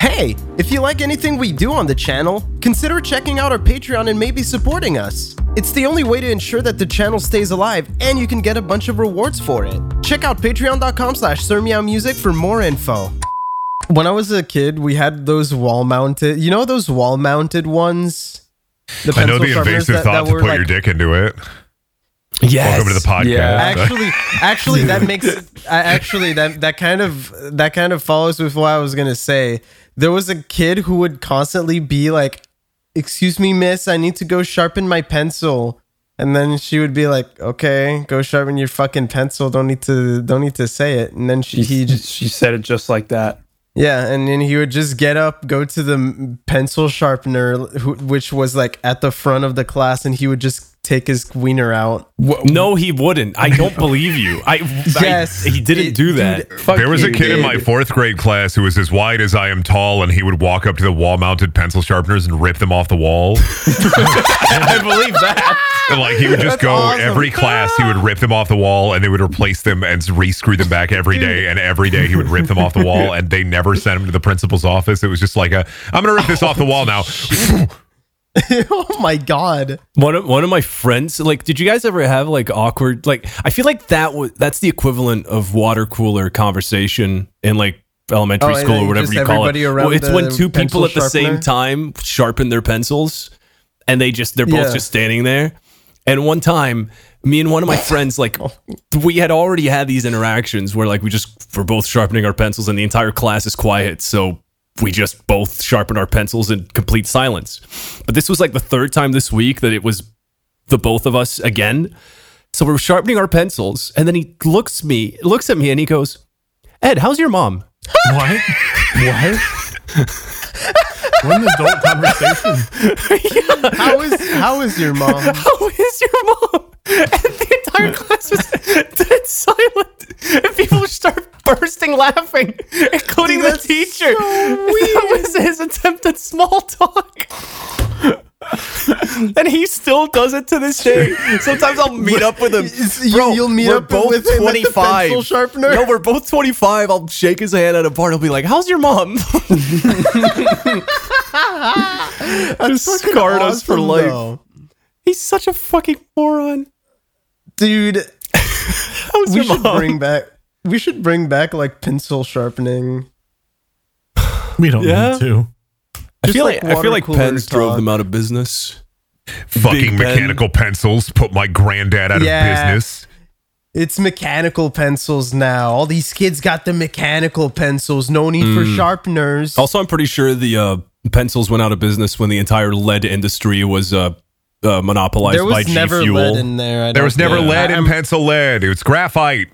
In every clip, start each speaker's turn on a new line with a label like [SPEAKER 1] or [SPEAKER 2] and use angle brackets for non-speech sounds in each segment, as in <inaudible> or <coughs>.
[SPEAKER 1] Hey, if you like anything we do on the channel, consider checking out our Patreon and maybe supporting us. It's the only way to ensure that the channel stays alive and you can get a bunch of rewards for it. Check out patreon.com slash Music for more info. When I was a kid, we had those wall mounted, you know those wall mounted ones? The
[SPEAKER 2] I
[SPEAKER 1] pencil
[SPEAKER 2] know the
[SPEAKER 1] sharpeners
[SPEAKER 2] invasive thought to
[SPEAKER 1] were
[SPEAKER 2] put your dick into it.
[SPEAKER 3] Yes.
[SPEAKER 2] Welcome to the podcast.
[SPEAKER 3] Yeah.
[SPEAKER 1] actually actually that makes I actually that that kind of that kind of follows with what I was gonna say. There was a kid who would constantly be like, "Excuse me, miss, I need to go sharpen my pencil," and then she would be like, "Okay, go sharpen your fucking pencil. Don't need to don't need to say it." And then she, he
[SPEAKER 3] She,
[SPEAKER 1] just
[SPEAKER 3] she said it just like that.
[SPEAKER 1] yeah, and then he would just get up, go to the m- pencil sharpener, who, which was like at the front of the class, and he would just take his wiener out. <laughs>
[SPEAKER 4] <laughs> No, he wouldn't. I
[SPEAKER 2] <laughs>
[SPEAKER 4] don't believe you. I,
[SPEAKER 1] Yes,
[SPEAKER 4] I he didn't
[SPEAKER 1] it-
[SPEAKER 4] do that.
[SPEAKER 3] Fuck
[SPEAKER 2] There was a
[SPEAKER 3] you,
[SPEAKER 2] kid in
[SPEAKER 3] dude.
[SPEAKER 2] my fourth grade class who was as wide as I am tall, and he would walk up to the wall mounted pencil sharpeners and rip them off the wall.
[SPEAKER 4] I believe that.
[SPEAKER 2] And, like he would just
[SPEAKER 1] That's
[SPEAKER 2] go
[SPEAKER 1] awesome.
[SPEAKER 2] every class, he would rip them off the wall, and they would replace them and re screw them back every day. And every day he would rip them off the wall, and they never sent him to the principal's office. It was just like a, I'm gonna rip this off the wall now.
[SPEAKER 1] oh my god.
[SPEAKER 4] One of, one of my friends, like, did you guys ever have like awkward, like, I feel like that was that's the equivalent of water cooler conversation in like elementary
[SPEAKER 1] Oh, and
[SPEAKER 4] school or
[SPEAKER 1] then
[SPEAKER 4] whatever
[SPEAKER 1] just
[SPEAKER 4] you call it.
[SPEAKER 1] everybody around
[SPEAKER 4] Well, it's when
[SPEAKER 1] the
[SPEAKER 4] two people
[SPEAKER 1] pencil
[SPEAKER 4] at the same
[SPEAKER 1] sharpener?
[SPEAKER 4] time sharpen their pencils, and they just they're both
[SPEAKER 1] Yeah.
[SPEAKER 4] just standing there. And one time, me and one of my friends, like, we had already had these interactions where like we just we're both sharpening our pencils, and the entire class is quiet, so we just both sharpened our pencils in complete silence. But this was like the third time this week that it was the both of us again. So we're sharpening our pencils, and then he looks me looks at me, and he goes, "Ed, how's your mom?"
[SPEAKER 2] <laughs>
[SPEAKER 5] What? What? what an adult conversation.
[SPEAKER 1] <laughs> How is how is your <laughs> mom?
[SPEAKER 4] <laughs> How is your mom? And the entire class was dead silent. And people start bursting laughing, including
[SPEAKER 1] Dude,
[SPEAKER 4] the
[SPEAKER 1] that's
[SPEAKER 4] teacher.
[SPEAKER 1] so
[SPEAKER 4] That was his attempt at small talk. and he still does it to this day. Sometimes I'll meet up with him.
[SPEAKER 1] It's- <laughs> you-
[SPEAKER 4] Bro,
[SPEAKER 1] you'll meet
[SPEAKER 4] we're
[SPEAKER 1] up
[SPEAKER 4] both
[SPEAKER 1] with him at the
[SPEAKER 4] 25.
[SPEAKER 1] pencil sharpener?
[SPEAKER 4] No, we're both 25. I'll shake his hand at a bar and I'll be like, How's your mom? <laughs> Just
[SPEAKER 1] Fucking
[SPEAKER 4] scarred us for
[SPEAKER 1] awesome,
[SPEAKER 4] life.
[SPEAKER 1] though.
[SPEAKER 4] He's such a fucking moron.
[SPEAKER 1] Dude,
[SPEAKER 4] How's
[SPEAKER 1] we
[SPEAKER 4] your
[SPEAKER 1] should
[SPEAKER 4] mom?
[SPEAKER 1] bring back we should bring back like pencil sharpening.
[SPEAKER 5] We don't
[SPEAKER 4] Yeah.
[SPEAKER 5] need to.
[SPEAKER 4] I
[SPEAKER 1] Just
[SPEAKER 4] feel
[SPEAKER 1] like
[SPEAKER 4] like, I
[SPEAKER 1] water
[SPEAKER 4] feel like
[SPEAKER 1] cooler
[SPEAKER 4] pens drove
[SPEAKER 1] talk.
[SPEAKER 4] them out of business.
[SPEAKER 2] Fucking
[SPEAKER 4] Big Ben.
[SPEAKER 2] mechanical pencils put my granddad out
[SPEAKER 1] Yeah.
[SPEAKER 2] of business.
[SPEAKER 1] It's mechanical pencils now. All these kids got the mechanical pencils. No need for sharpeners.
[SPEAKER 4] Mm. Also, I'm pretty sure the uh, pencils went out of business when the entire lead industry was uh, uh, monopolized
[SPEAKER 1] there
[SPEAKER 4] by
[SPEAKER 1] was
[SPEAKER 4] G
[SPEAKER 1] never
[SPEAKER 4] Fuel.
[SPEAKER 1] lead in there. I
[SPEAKER 2] There
[SPEAKER 1] don't
[SPEAKER 2] was never
[SPEAKER 1] think.
[SPEAKER 2] lead
[SPEAKER 1] I-
[SPEAKER 2] in
[SPEAKER 1] I'm-
[SPEAKER 2] pencil lead. It was graphite.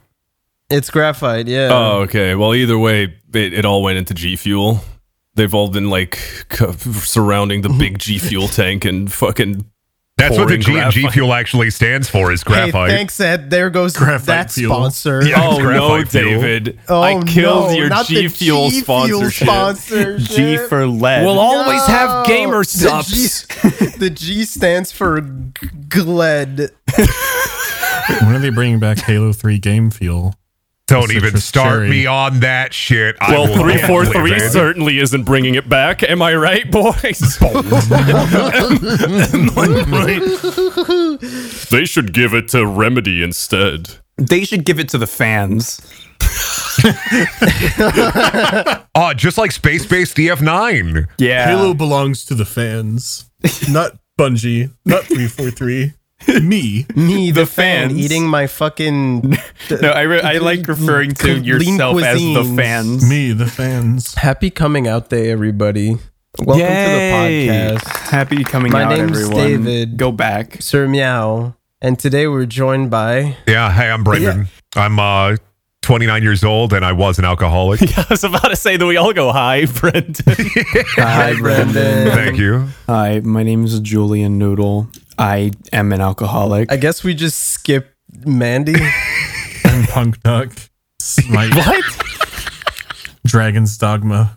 [SPEAKER 1] It's graphite, yeah.
[SPEAKER 4] oh, okay. Well, either way, it, it all went into G Fuel. They've all been like c- surrounding the big G Fuel tank and fucking.
[SPEAKER 2] That's what the
[SPEAKER 4] Pouring
[SPEAKER 2] G and G
[SPEAKER 4] graphite.
[SPEAKER 2] fuel actually stands for is
[SPEAKER 1] hey,
[SPEAKER 2] graphite.
[SPEAKER 1] thanks, Ed. There goes
[SPEAKER 5] Graphite
[SPEAKER 1] that
[SPEAKER 5] fuel.
[SPEAKER 1] sponsor.
[SPEAKER 2] <laughs> Yeah.
[SPEAKER 4] Oh no,
[SPEAKER 2] graphite fuel.
[SPEAKER 4] David!
[SPEAKER 1] Oh,
[SPEAKER 4] I killed
[SPEAKER 1] no,
[SPEAKER 4] your
[SPEAKER 1] not the
[SPEAKER 4] G Fuel
[SPEAKER 1] G
[SPEAKER 4] sponsorship.
[SPEAKER 1] sponsorship.
[SPEAKER 3] G for lead.
[SPEAKER 4] We'll always have
[SPEAKER 1] No.
[SPEAKER 4] gamer subs.
[SPEAKER 1] The G, the G stands for g- gled.
[SPEAKER 5] When are they bringing back Halo 3 game fuel?
[SPEAKER 2] Don't
[SPEAKER 5] Citrus
[SPEAKER 2] even start
[SPEAKER 5] cherry.
[SPEAKER 2] me on that shit. I
[SPEAKER 4] Well,
[SPEAKER 2] will
[SPEAKER 4] three
[SPEAKER 2] not
[SPEAKER 4] four
[SPEAKER 2] live
[SPEAKER 4] three
[SPEAKER 2] it.
[SPEAKER 4] certainly isn't bringing it back. Am I right,
[SPEAKER 2] <laughs>
[SPEAKER 4] boys? they should give it to Remedy instead.
[SPEAKER 3] They should give it to the fans.
[SPEAKER 2] Oh, just like E Space Base DF9.
[SPEAKER 3] Yeah.
[SPEAKER 5] Halo belongs to the fans, not Bungie,
[SPEAKER 3] <laughs>
[SPEAKER 5] not 343, me.
[SPEAKER 1] Me, the, fan,
[SPEAKER 3] fans.
[SPEAKER 1] eating my fucking
[SPEAKER 3] No, I, re- I like referring to
[SPEAKER 1] Clean
[SPEAKER 3] yourself as the
[SPEAKER 1] cuisines.
[SPEAKER 3] fans.
[SPEAKER 5] Me, the fans.
[SPEAKER 1] Happy coming out day, everybody. Welcome
[SPEAKER 3] Yay.
[SPEAKER 1] to the podcast,
[SPEAKER 3] Happy coming
[SPEAKER 1] My
[SPEAKER 3] out,
[SPEAKER 1] name's
[SPEAKER 3] everyone.
[SPEAKER 1] David.
[SPEAKER 3] Go back.
[SPEAKER 1] Sir Meow. And today we're joined by.
[SPEAKER 2] Yeah. Hey, I'm Brendan. I'm uh, 29 years old and I was an alcoholic.
[SPEAKER 4] I was about to say that we all go high, Brendan.
[SPEAKER 1] Hi, Brendan.
[SPEAKER 2] Thank you.
[SPEAKER 3] Hi, my name is Julian Noodle. I am an alcoholic.
[SPEAKER 1] I guess we just skip Mandy.
[SPEAKER 5] I'm Punk Duck. Smite. what? Dragon's Dogma.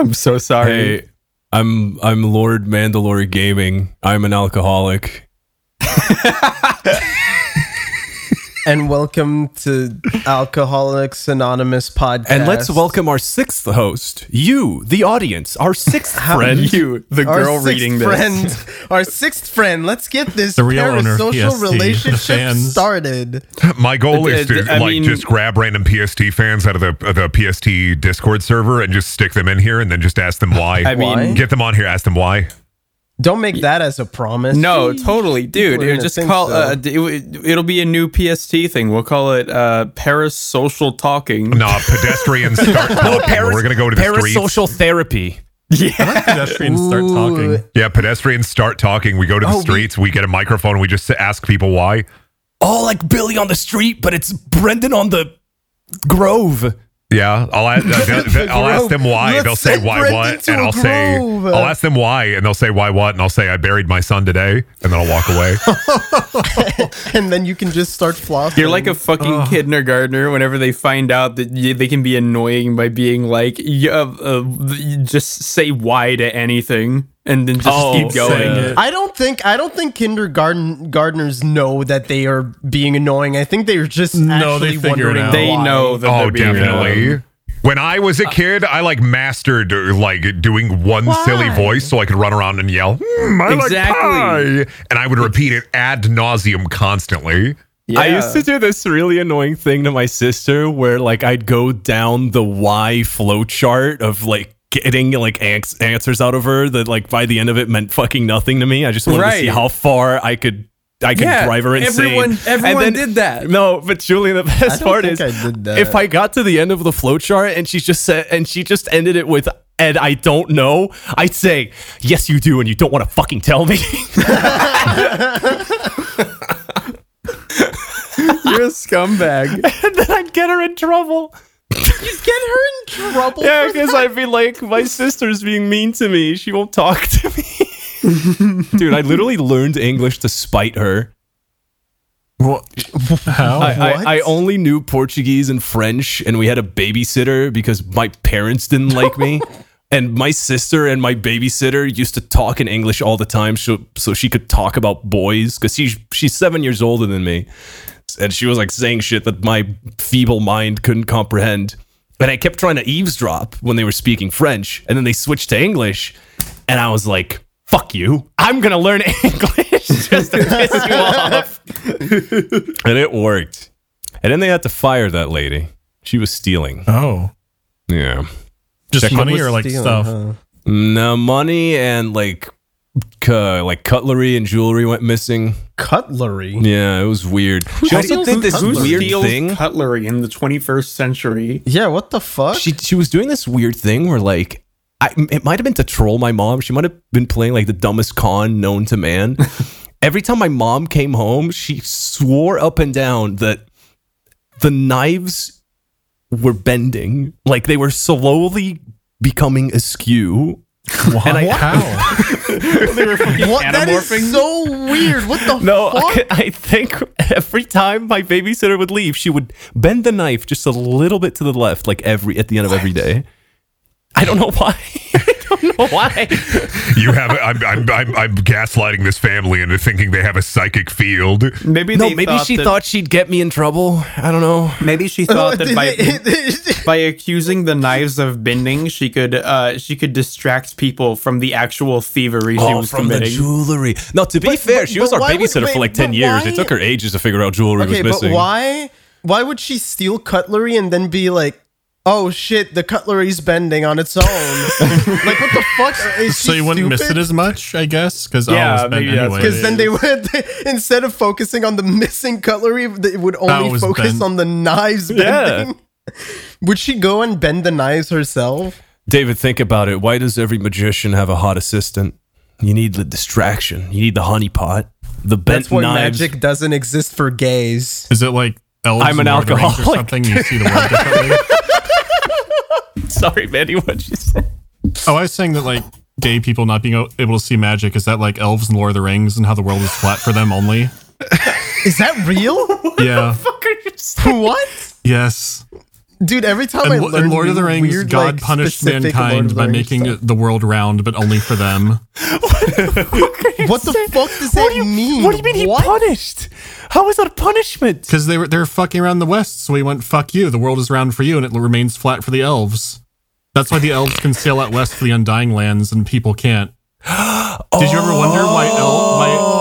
[SPEAKER 3] I'm so sorry.
[SPEAKER 4] hey, I'm I'm Lord Mandalore Gaming. I'm an alcoholic.
[SPEAKER 1] and welcome to Alcoholics Anonymous podcast.
[SPEAKER 4] And let's welcome our sixth host, you, the audience, our sixth friend.
[SPEAKER 3] you, the
[SPEAKER 1] our
[SPEAKER 3] girl
[SPEAKER 1] sixth
[SPEAKER 3] reading this.
[SPEAKER 1] friend, our sixth friend. Let's get this
[SPEAKER 5] The real owner,
[SPEAKER 1] parasocial
[SPEAKER 5] PST, the
[SPEAKER 1] relationship
[SPEAKER 5] fans.
[SPEAKER 1] started.
[SPEAKER 2] My goal is to
[SPEAKER 3] I
[SPEAKER 2] like
[SPEAKER 3] mean-
[SPEAKER 2] just grab random PST fans out of the of the PST Discord server and just stick them in here, and then just ask them why.
[SPEAKER 3] I mean,
[SPEAKER 1] Why?
[SPEAKER 2] get them on here, ask them why.
[SPEAKER 1] Don't make that as a promise.
[SPEAKER 3] No, totally, dude.
[SPEAKER 1] People are
[SPEAKER 3] It
[SPEAKER 1] gonna
[SPEAKER 3] just
[SPEAKER 1] think
[SPEAKER 3] call
[SPEAKER 1] so.
[SPEAKER 3] uh, d- it, it'll be a new PST thing. We'll call it uh parasocial talking.
[SPEAKER 2] Nah, pedestrians start talking. We're gonna go to the streets.
[SPEAKER 4] Parasocial therapy.
[SPEAKER 5] Pedestrians start talking.
[SPEAKER 2] Yeah, pedestrians start talking. We go to the
[SPEAKER 1] Oh, we-
[SPEAKER 2] streets. We get a microphone. We just s- ask people why.
[SPEAKER 4] All like Billy on the street, but it's Brendan on the Grove.
[SPEAKER 2] Yeah, I'll ask, uh, they I'll ask them why.
[SPEAKER 1] Let's
[SPEAKER 2] they'll say
[SPEAKER 1] send
[SPEAKER 2] why
[SPEAKER 1] Brendan
[SPEAKER 2] what,
[SPEAKER 1] to
[SPEAKER 2] and
[SPEAKER 1] a
[SPEAKER 2] I'll say
[SPEAKER 1] grove.
[SPEAKER 2] I'll ask them why, and they'll say why what, and I'll say I buried my son today, and then I'll walk away.
[SPEAKER 1] <laughs> and then you can just start flossing.
[SPEAKER 3] You're like a fucking kindergartner whenever they find out that y they can be annoying by being like, y- uh, uh, y- just say why to anything and then just
[SPEAKER 4] Oh,
[SPEAKER 3] keep going.
[SPEAKER 5] Saying it.
[SPEAKER 1] I don't think I don't think kindergarten gardeners know that they are being annoying. I think they're just
[SPEAKER 5] No, they
[SPEAKER 1] actually
[SPEAKER 5] figure it
[SPEAKER 1] wondering
[SPEAKER 5] out.
[SPEAKER 3] They
[SPEAKER 1] why.
[SPEAKER 3] know that
[SPEAKER 2] oh,
[SPEAKER 3] they're being um, annoying.
[SPEAKER 2] definitely. When I was a kid, I like mastered uh, like doing one silly voice so I could run around and yell, "Hmm, I
[SPEAKER 3] Exactly.
[SPEAKER 2] like pie," and I would repeat it ad nauseum constantly.
[SPEAKER 3] Yeah.
[SPEAKER 4] I used to do this really annoying thing to my sister where like I'd go down the why flow chart of like getting like ans- answers out of her that like by the end of it meant fucking nothing to me. I just wanted to see
[SPEAKER 3] Right.
[SPEAKER 4] how far I could I could
[SPEAKER 3] Yeah,
[SPEAKER 4] drive her insane.
[SPEAKER 3] everyone- everyone did that.
[SPEAKER 4] No, but Julian, the
[SPEAKER 1] I
[SPEAKER 4] best
[SPEAKER 1] don't
[SPEAKER 4] part
[SPEAKER 1] think
[SPEAKER 4] is
[SPEAKER 1] I did that.
[SPEAKER 4] if I got to the end of the flow chart and she just said and she just ended it with and I don't know, I'd say, Yes you do, and you don't want to fucking tell me. <laughs>
[SPEAKER 3] You're a scumbag.
[SPEAKER 4] <laughs> and then I'd get her in trouble.
[SPEAKER 1] Just get her in trouble.
[SPEAKER 4] Yeah,
[SPEAKER 1] for
[SPEAKER 4] because
[SPEAKER 1] that.
[SPEAKER 4] I'd be like, my sister's being mean to me. She won't talk to me. <laughs> Dude, I literally learned English to spite her.
[SPEAKER 5] How?
[SPEAKER 4] I,
[SPEAKER 1] What?
[SPEAKER 4] I, I only knew Portuguese and French, and we had a babysitter because my parents didn't like me. And my sister and my babysitter used to talk in English all the time, so, so she could talk about boys because she's she's seven years older than me, and she was like saying shit that my feeble mind couldn't comprehend. And I kept trying to eavesdrop when they were speaking French, and then they switched to English, and I was like, "Fuck you! I'm gonna learn <laughs> English just to piss you off." and it worked. And then they had to fire that lady. She was stealing.
[SPEAKER 5] oh,
[SPEAKER 4] Yeah.
[SPEAKER 5] just
[SPEAKER 1] Someone
[SPEAKER 5] money
[SPEAKER 1] was
[SPEAKER 5] or like
[SPEAKER 1] stealing,
[SPEAKER 5] stuff?
[SPEAKER 1] huh?
[SPEAKER 4] No money and like cu- like cutlery and jewelry went missing.
[SPEAKER 1] Cutlery.
[SPEAKER 4] Yeah, it was weird. She also
[SPEAKER 1] steals
[SPEAKER 4] did this
[SPEAKER 1] cutlery?
[SPEAKER 4] weird
[SPEAKER 3] steals
[SPEAKER 4] thing.
[SPEAKER 3] cutlery in the 21st <laughs> century?
[SPEAKER 1] Yeah, what the fuck?
[SPEAKER 4] She she was doing this weird thing where like I, it might have been to troll my mom. She might have been playing like the dumbest con known to man. <laughs> Every time my mom came home, she swore up and down that the knives were bending, like they were slowly becoming askew. And I-
[SPEAKER 3] <laughs>
[SPEAKER 5] How?
[SPEAKER 1] what? That is so weird. What
[SPEAKER 3] <laughs>
[SPEAKER 1] the
[SPEAKER 4] No,
[SPEAKER 1] fuck?
[SPEAKER 4] I, I think every time my babysitter would leave, she would bend the knife just a little bit to the left, like every at the end of every day. I don't know why. <laughs> I don't know why.
[SPEAKER 2] You have I'm, I'm I'm I'm gaslighting this family into thinking they have a psychic field.
[SPEAKER 3] Maybe
[SPEAKER 4] no,
[SPEAKER 3] they
[SPEAKER 4] maybe she
[SPEAKER 3] that-
[SPEAKER 4] thought she'd get me in trouble. I don't know.
[SPEAKER 3] Maybe <laughs> she thought that
[SPEAKER 1] <laughs>
[SPEAKER 3] by by accusing the knives of bending, she could uh, she could distract people from the actual thievery she was committing.
[SPEAKER 4] jewelry. No, to be
[SPEAKER 1] But-
[SPEAKER 4] fair,
[SPEAKER 1] but-
[SPEAKER 4] she was
[SPEAKER 1] but
[SPEAKER 4] our
[SPEAKER 1] why would-
[SPEAKER 4] babysitter
[SPEAKER 1] wait,
[SPEAKER 4] for like
[SPEAKER 1] but
[SPEAKER 4] ten years.
[SPEAKER 1] why-
[SPEAKER 4] It took her ages to figure out jewelry
[SPEAKER 1] okay,
[SPEAKER 4] was
[SPEAKER 1] but
[SPEAKER 4] missing.
[SPEAKER 1] why? Why would she steal cutlery and then be like, "Oh shit, the cutlery's bending on its own"?
[SPEAKER 3] <laughs>
[SPEAKER 1] like, what the fuck? Is
[SPEAKER 5] so
[SPEAKER 1] she
[SPEAKER 5] you wouldn't miss it
[SPEAKER 1] stupid?
[SPEAKER 5] as much, I guess, because
[SPEAKER 3] Yeah,
[SPEAKER 5] I was bent
[SPEAKER 3] maybe that's
[SPEAKER 5] anyway.
[SPEAKER 3] what
[SPEAKER 1] because then they would <laughs> instead of focusing on the missing cutlery, they would only
[SPEAKER 5] was
[SPEAKER 1] focus
[SPEAKER 5] bent.
[SPEAKER 1] on the knives bending. <laughs> Would she go and bend the knives herself?
[SPEAKER 4] David, think about it. Why does every magician have a hot assistant? You need the distraction. You need the honeypot. The bent
[SPEAKER 1] That's why
[SPEAKER 4] knives.
[SPEAKER 1] magic doesn't exist for <laughs> gays.
[SPEAKER 5] Is it like elves
[SPEAKER 4] I'm an
[SPEAKER 5] and Lord of the Rings or
[SPEAKER 4] alcoholic.
[SPEAKER 5] something? You see the world differently.
[SPEAKER 4] <laughs> Sorry, Mandy, what you said.
[SPEAKER 5] Oh, I was saying that like gay people not being o- able to see magic is that like elves and Lord of the Rings and how the world is flat for
[SPEAKER 4] <laughs>
[SPEAKER 5] them only. <laughs>
[SPEAKER 1] Is that real?
[SPEAKER 5] yeah.
[SPEAKER 1] what?
[SPEAKER 5] Yes.
[SPEAKER 1] Dude, every time I
[SPEAKER 5] And,
[SPEAKER 1] learn
[SPEAKER 5] and Lord of the Rings,
[SPEAKER 1] weird,
[SPEAKER 5] God
[SPEAKER 1] like,
[SPEAKER 5] punished
[SPEAKER 1] specific Lord of
[SPEAKER 5] mankind
[SPEAKER 1] the
[SPEAKER 5] by
[SPEAKER 1] Rings
[SPEAKER 5] making
[SPEAKER 1] stuff.
[SPEAKER 5] the world round, but only for them.
[SPEAKER 1] What the fuck does that
[SPEAKER 6] What do you
[SPEAKER 1] mean?
[SPEAKER 6] What do you mean he punished? How was that a punishment?
[SPEAKER 5] Because they were they're fucking around the West, so he went fuck you. The world is round for you, and it l- remains flat for the elves. That's why the elves can sail out west to the Undying Lands, and people can't. Did you ever wonder why elf? Why,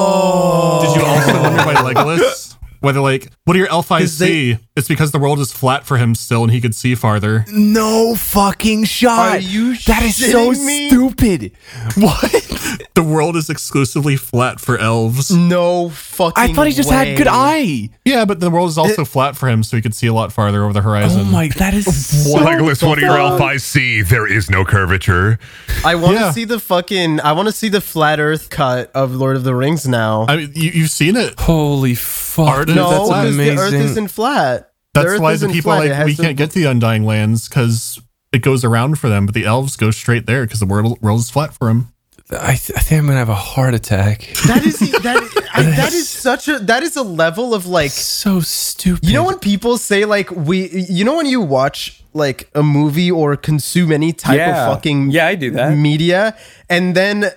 [SPEAKER 5] did you
[SPEAKER 6] Oh.
[SPEAKER 5] also wonder why Legolas? Why they're like, what do your elf eyes see? it's because the world is flat for him still, and he could see farther.
[SPEAKER 6] No fucking shot.
[SPEAKER 1] Are you
[SPEAKER 6] that is so
[SPEAKER 1] shitting me?
[SPEAKER 6] stupid. What?
[SPEAKER 5] The world is exclusively flat for elves.
[SPEAKER 6] Mm.
[SPEAKER 1] No fucking.
[SPEAKER 6] I thought he just had good
[SPEAKER 1] way.
[SPEAKER 6] eye.
[SPEAKER 5] Yeah, but the world is also flat for him, so he could see a lot farther over the horizon.
[SPEAKER 6] Oh my, that is so
[SPEAKER 2] Legolas, what do your elf
[SPEAKER 6] fuck-
[SPEAKER 2] eyes see? There is no curvature.
[SPEAKER 1] I want to
[SPEAKER 5] Yeah.
[SPEAKER 1] see the fucking. I want to see the flat Earth cut of Lord of the Rings now.
[SPEAKER 5] I mean, you, you've seen it.
[SPEAKER 3] Holy fuck!
[SPEAKER 5] Art-
[SPEAKER 3] dude,
[SPEAKER 1] no,
[SPEAKER 5] No,
[SPEAKER 3] that's
[SPEAKER 1] because the Earth
[SPEAKER 3] amazing.
[SPEAKER 1] isn't flat. the
[SPEAKER 5] That's
[SPEAKER 1] Earth
[SPEAKER 5] why the
[SPEAKER 1] isn't
[SPEAKER 5] people are
[SPEAKER 1] flat, it
[SPEAKER 5] like
[SPEAKER 1] has
[SPEAKER 5] we
[SPEAKER 1] to- <laughs>
[SPEAKER 5] can't get to the Undying Lands because it goes around for them, but the elves go straight there because the world world is flat for
[SPEAKER 1] <laughs>
[SPEAKER 5] them.
[SPEAKER 3] I, th- I think I'm gonna have a heart attack.
[SPEAKER 1] That is that,
[SPEAKER 5] <laughs>
[SPEAKER 1] I, that is such a that is a level of like
[SPEAKER 3] so stupid.
[SPEAKER 1] You know when people say like we you know when you watch like a movie or consume any type
[SPEAKER 3] Yeah.
[SPEAKER 1] of fucking
[SPEAKER 3] Yeah, I do that.
[SPEAKER 1] media and then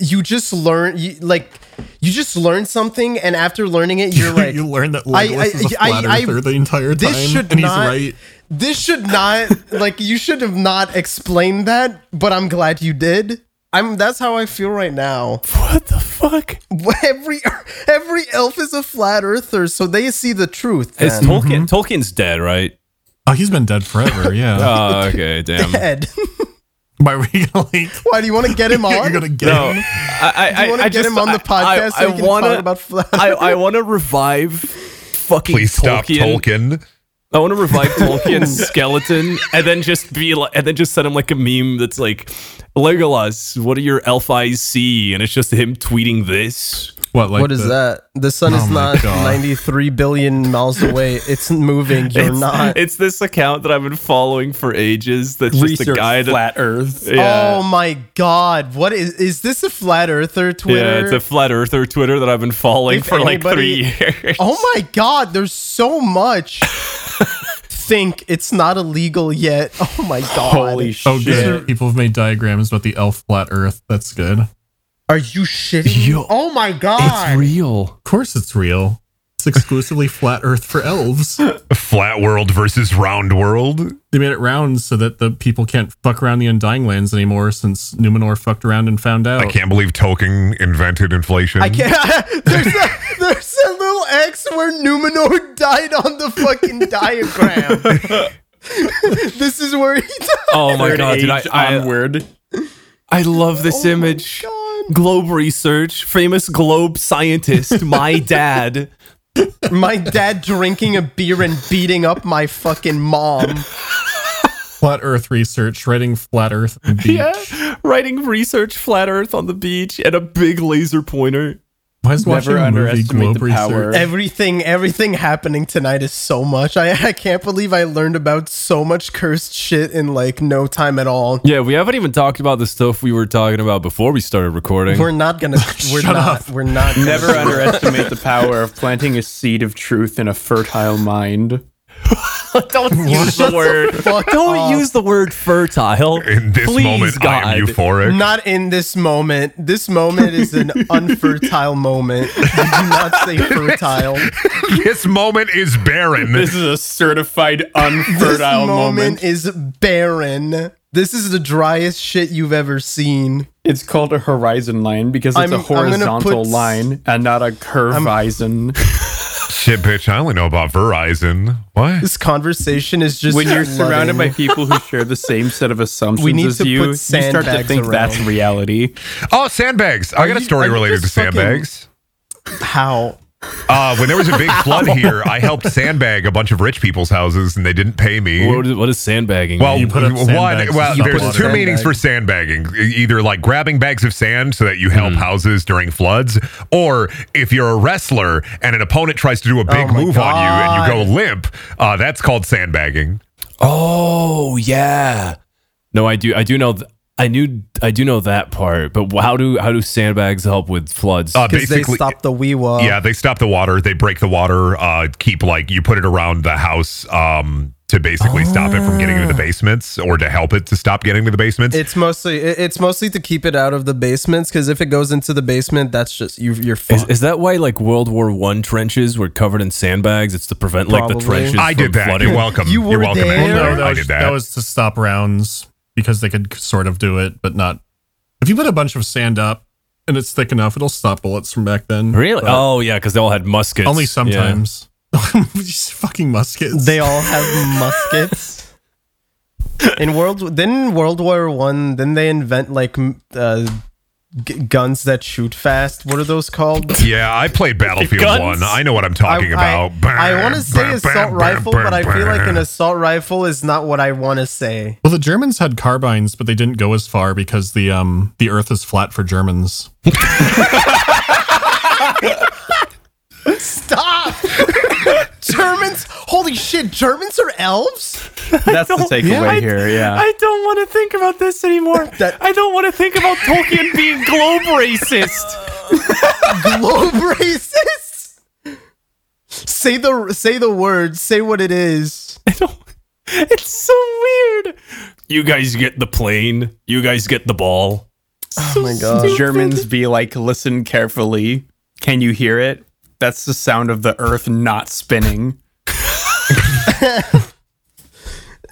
[SPEAKER 1] you just learn you, like you just learn something and after learning it you're like
[SPEAKER 5] <laughs> you learn that Legolas
[SPEAKER 1] I- I-
[SPEAKER 5] is a
[SPEAKER 1] I-
[SPEAKER 5] flat
[SPEAKER 1] I-
[SPEAKER 5] earther the entire time,
[SPEAKER 1] this should
[SPEAKER 5] and he's
[SPEAKER 1] not
[SPEAKER 5] right.
[SPEAKER 1] this should
[SPEAKER 5] <laughs>
[SPEAKER 1] not like you should have not explained that but I'm glad you did. I'm that's how I feel right now.
[SPEAKER 6] What the fuck?
[SPEAKER 1] <laughs> Every every elf is a flat earther so they see the truth.
[SPEAKER 4] It's
[SPEAKER 1] then.
[SPEAKER 3] Mm-hmm.
[SPEAKER 4] Tolkien. Tolkien's dead, right?
[SPEAKER 5] Oh, he's been dead
[SPEAKER 1] <laughs>
[SPEAKER 5] forever. Yeah.
[SPEAKER 4] Oh, okay, damn.
[SPEAKER 1] Ed,
[SPEAKER 5] <laughs> Why were you gonna like?
[SPEAKER 1] <laughs>
[SPEAKER 5] <laughs>
[SPEAKER 1] why do you want to
[SPEAKER 4] <laughs>
[SPEAKER 1] get him on?
[SPEAKER 5] You're gonna get
[SPEAKER 4] No,
[SPEAKER 5] him?
[SPEAKER 4] I, I,
[SPEAKER 1] Do you
[SPEAKER 4] I,
[SPEAKER 1] want
[SPEAKER 4] I
[SPEAKER 1] to get
[SPEAKER 4] just-
[SPEAKER 1] him on the
[SPEAKER 4] I-
[SPEAKER 1] podcast
[SPEAKER 4] I,
[SPEAKER 1] so he can
[SPEAKER 4] wanna,
[SPEAKER 1] talk about flat?
[SPEAKER 4] I, I want to revive fucking
[SPEAKER 2] Please stop
[SPEAKER 4] Tolkien.
[SPEAKER 2] Tolkien.
[SPEAKER 4] I want to revive
[SPEAKER 1] <laughs>
[SPEAKER 4] Tolkien's skeleton and then just be like, and then just send him like a meme that's like, Legolas, what do your elf eyes see? And it's just him tweeting this.
[SPEAKER 5] What? Like
[SPEAKER 1] what is
[SPEAKER 5] the-
[SPEAKER 1] that? The sun
[SPEAKER 5] Oh
[SPEAKER 1] is
[SPEAKER 5] my
[SPEAKER 1] not
[SPEAKER 5] God.
[SPEAKER 1] 93 billion miles away. It's moving. You're
[SPEAKER 4] it's,
[SPEAKER 1] not.
[SPEAKER 4] <laughs> It's this account that I've been following for ages. That's just a
[SPEAKER 3] Research
[SPEAKER 4] guy that.
[SPEAKER 3] flat Earth.
[SPEAKER 4] yeah.
[SPEAKER 1] Oh my God. What is is this a flat earther Twitter?
[SPEAKER 4] yeah, it's a flat earther Twitter that I've been following
[SPEAKER 1] If
[SPEAKER 4] for like
[SPEAKER 1] anybody-
[SPEAKER 4] three
[SPEAKER 1] <laughs>
[SPEAKER 4] years.
[SPEAKER 1] oh my God. There's so much.
[SPEAKER 4] <laughs>
[SPEAKER 1] Think it's not illegal yet. Oh my God.
[SPEAKER 4] Holy
[SPEAKER 5] Oh,
[SPEAKER 4] shit.
[SPEAKER 5] good. People have made diagrams about the elf flat Earth. That's good. Of
[SPEAKER 1] Are you shitting? me?
[SPEAKER 3] Yo,
[SPEAKER 1] oh my God.
[SPEAKER 3] It's real.
[SPEAKER 5] course, it's real. It's exclusively flat Earth for elves.
[SPEAKER 2] Flat world versus round world.
[SPEAKER 5] They made it round so that the people can't fuck around the Undying Lands anymore since Numenor fucked around and found out.
[SPEAKER 2] I can't believe Tolkien invented inflation.
[SPEAKER 1] I can't. <laughs> There's a, there's a little X where Numenor died on the fucking diagram. <laughs> this is where he died.
[SPEAKER 4] Oh my
[SPEAKER 3] Third
[SPEAKER 4] god, dude! I,
[SPEAKER 3] age
[SPEAKER 4] I,
[SPEAKER 3] onward.
[SPEAKER 4] I love this
[SPEAKER 3] Oh.
[SPEAKER 4] image. Globe research, famous globe scientist, my dad.
[SPEAKER 1] My dad drinking a beer and beating up my fucking mom.
[SPEAKER 5] flat Earth research, writing flat Earth
[SPEAKER 2] <laughs>
[SPEAKER 5] on the beach.
[SPEAKER 4] writing research flat Earth on the beach and a big laser pointer.
[SPEAKER 5] Why is watching
[SPEAKER 3] Never
[SPEAKER 5] a movie
[SPEAKER 3] underestimate
[SPEAKER 5] globe
[SPEAKER 3] the power.
[SPEAKER 5] research?
[SPEAKER 1] Everything, everything happening tonight is so much. I, I can't believe I learned about so much cursed shit in like no time at all.
[SPEAKER 4] Yeah, we haven't even talked about the stuff we were talking about before we started recording.
[SPEAKER 1] We're not gonna. We're
[SPEAKER 3] <laughs>
[SPEAKER 5] Shut
[SPEAKER 1] not.
[SPEAKER 5] up.
[SPEAKER 1] We're not. gonna-
[SPEAKER 3] <laughs> Never underestimate the power of planting a seed of truth in a fertile mind.
[SPEAKER 4] <laughs> Don't use the word.
[SPEAKER 1] Fuck
[SPEAKER 4] Don't
[SPEAKER 1] off.
[SPEAKER 4] use the word fertile.
[SPEAKER 2] In this
[SPEAKER 4] Please,
[SPEAKER 2] moment,
[SPEAKER 4] God.
[SPEAKER 2] I am euphoric.
[SPEAKER 1] Not in this moment. This moment is
[SPEAKER 3] <laughs>
[SPEAKER 1] an unfertile moment. You do not say fertile.
[SPEAKER 2] <laughs> this moment is barren.
[SPEAKER 3] <laughs> This is a certified
[SPEAKER 1] This
[SPEAKER 3] unfertile
[SPEAKER 1] moment,
[SPEAKER 3] moment.
[SPEAKER 1] is barren. This is the driest shit you've ever seen.
[SPEAKER 3] It's called a horizon line because it's
[SPEAKER 1] I'm-
[SPEAKER 3] a
[SPEAKER 1] I'm gonna
[SPEAKER 3] horizontal
[SPEAKER 1] put s-
[SPEAKER 3] line and not a curve horizon.
[SPEAKER 2] Shit, bitch. I only know about Verizon. What?
[SPEAKER 1] This conversation is just
[SPEAKER 3] When you're
[SPEAKER 1] flooding.
[SPEAKER 3] surrounded by people who share the same set of
[SPEAKER 1] <laughs>
[SPEAKER 3] assumptions
[SPEAKER 1] We need
[SPEAKER 3] as
[SPEAKER 1] to
[SPEAKER 3] you,
[SPEAKER 1] put
[SPEAKER 3] you start to
[SPEAKER 1] sandbags
[SPEAKER 3] think that's
[SPEAKER 1] around. <laughs>
[SPEAKER 3] reality.
[SPEAKER 2] Oh, sandbags. I got a
[SPEAKER 1] you-
[SPEAKER 2] story
[SPEAKER 1] are you
[SPEAKER 2] related to
[SPEAKER 1] just fucking-
[SPEAKER 2] sandbags.
[SPEAKER 1] how
[SPEAKER 2] Uh, when there was a big flood here, I helped sandbag a bunch of rich people's houses and they didn't pay me.
[SPEAKER 4] What is, what is sandbagging?
[SPEAKER 2] Well,
[SPEAKER 4] mean?
[SPEAKER 5] You put up
[SPEAKER 2] one,
[SPEAKER 5] sandbags
[SPEAKER 2] well,
[SPEAKER 5] in the
[SPEAKER 2] there's
[SPEAKER 5] water.
[SPEAKER 2] two meanings for sandbagging. E- Either like grabbing bags of sand so that you help houses during floods, or if you're a wrestler and an opponent tries to do a big
[SPEAKER 1] my
[SPEAKER 2] move on you and you go limp, uh, that's called sandbagging.
[SPEAKER 4] oh yeah. No, I do. I do know. Th- I knew. I do know that part. But how do how do sandbags help with floods?
[SPEAKER 2] Uh,
[SPEAKER 1] because they
[SPEAKER 2] basically,
[SPEAKER 1] stopped the Weewa.
[SPEAKER 2] yeah, they stop the water, they break the water, uh, keep like you put it around the house um, to basically stop it from getting into the basements or to help it to stop getting to the basements.
[SPEAKER 1] It's mostly Oh. it- it's mostly to keep it out of the basements because if it goes into the basement, that's just you, you're
[SPEAKER 4] Is,
[SPEAKER 1] fucked.
[SPEAKER 4] is that why like World War One trenches were covered in sandbags? It's to prevent like
[SPEAKER 1] Probably.
[SPEAKER 4] the trenches.
[SPEAKER 2] I did
[SPEAKER 4] from
[SPEAKER 2] that.
[SPEAKER 4] Flooding.
[SPEAKER 2] You're welcome.
[SPEAKER 1] You
[SPEAKER 2] You
[SPEAKER 1] were
[SPEAKER 2] are welcome.
[SPEAKER 1] there?
[SPEAKER 2] Andrew.
[SPEAKER 5] No, that
[SPEAKER 2] I
[SPEAKER 5] was,
[SPEAKER 2] did
[SPEAKER 5] that.
[SPEAKER 2] that.
[SPEAKER 5] was to stop rounds because they could sort of do it, but not. If you put a bunch of sand up and it's thick enough, it'll stop bullets from back then.
[SPEAKER 4] Really?
[SPEAKER 2] uh,
[SPEAKER 5] But
[SPEAKER 4] Oh yeah, because they all had muskets.
[SPEAKER 5] only
[SPEAKER 4] Yeah. <laughs>
[SPEAKER 5] sometimes. <laughs> These fucking muskets.
[SPEAKER 1] they all <laughs> have muskets. In World then World War One, then they invent like m- uh, g- guns that shoot fast. What are those called?
[SPEAKER 2] Yeah, I played Battlefield
[SPEAKER 4] Guns?
[SPEAKER 2] One. I know what I'm talking about.
[SPEAKER 1] I, want to say assault rifle, but I feel like an
[SPEAKER 2] assault.
[SPEAKER 1] assault rifle is not what I want to say.
[SPEAKER 5] Well, the Germans had carbines, but they didn't go as far because the um the Earth is flat for Germans.
[SPEAKER 1] <laughs> Stop! Germans, holy shit! Germans are elves.
[SPEAKER 3] That's the takeaway here. Yeah.
[SPEAKER 6] I don't want to think about this anymore.
[SPEAKER 1] That-
[SPEAKER 6] I don't want to think about Tolkien being globe racist.
[SPEAKER 1] Globe <laughs> racist. Say the say the word. Say what it is.
[SPEAKER 6] I don't, it's so weird.
[SPEAKER 4] You guys get the plane. You guys get the ball.
[SPEAKER 1] Oh my god.
[SPEAKER 3] Uh, Germans be like, listen carefully. Can you hear it? That's the sound of the earth not spinning.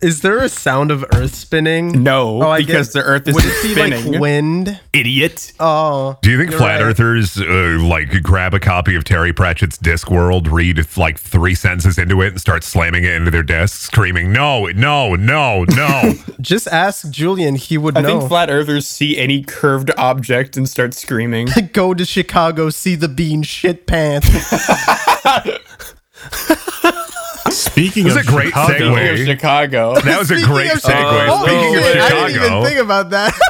[SPEAKER 1] Is there a sound of Earth spinning?
[SPEAKER 3] No,
[SPEAKER 1] I get-
[SPEAKER 3] because the earth is
[SPEAKER 1] Would it be
[SPEAKER 3] spinning.
[SPEAKER 1] like wind?
[SPEAKER 4] Idiot.
[SPEAKER 1] Oh.
[SPEAKER 2] Do you think
[SPEAKER 1] You're
[SPEAKER 2] flat
[SPEAKER 1] right.
[SPEAKER 2] earthers uh, like grab a copy of Terry Pratchett's Discworld, read like three sentences into it, and start slamming it into their desks, screaming, "No, no, no, no!"
[SPEAKER 1] Just ask Julian. He would
[SPEAKER 3] I
[SPEAKER 1] know.
[SPEAKER 3] think flat earthers see any curved object and start screaming.
[SPEAKER 1] Go to Chicago, see the bean shit pants.
[SPEAKER 5] Speaking
[SPEAKER 2] This
[SPEAKER 5] of
[SPEAKER 2] is a great
[SPEAKER 5] Chicago,
[SPEAKER 2] segue. Hey.
[SPEAKER 3] <laughs> Chicago.
[SPEAKER 2] that was a
[SPEAKER 1] Speaking
[SPEAKER 2] great
[SPEAKER 1] of
[SPEAKER 2] segue.
[SPEAKER 1] Chicago-
[SPEAKER 2] Speaking
[SPEAKER 1] oh,
[SPEAKER 2] of
[SPEAKER 1] shit, I didn't even think
[SPEAKER 2] Chicago,
[SPEAKER 1] about that.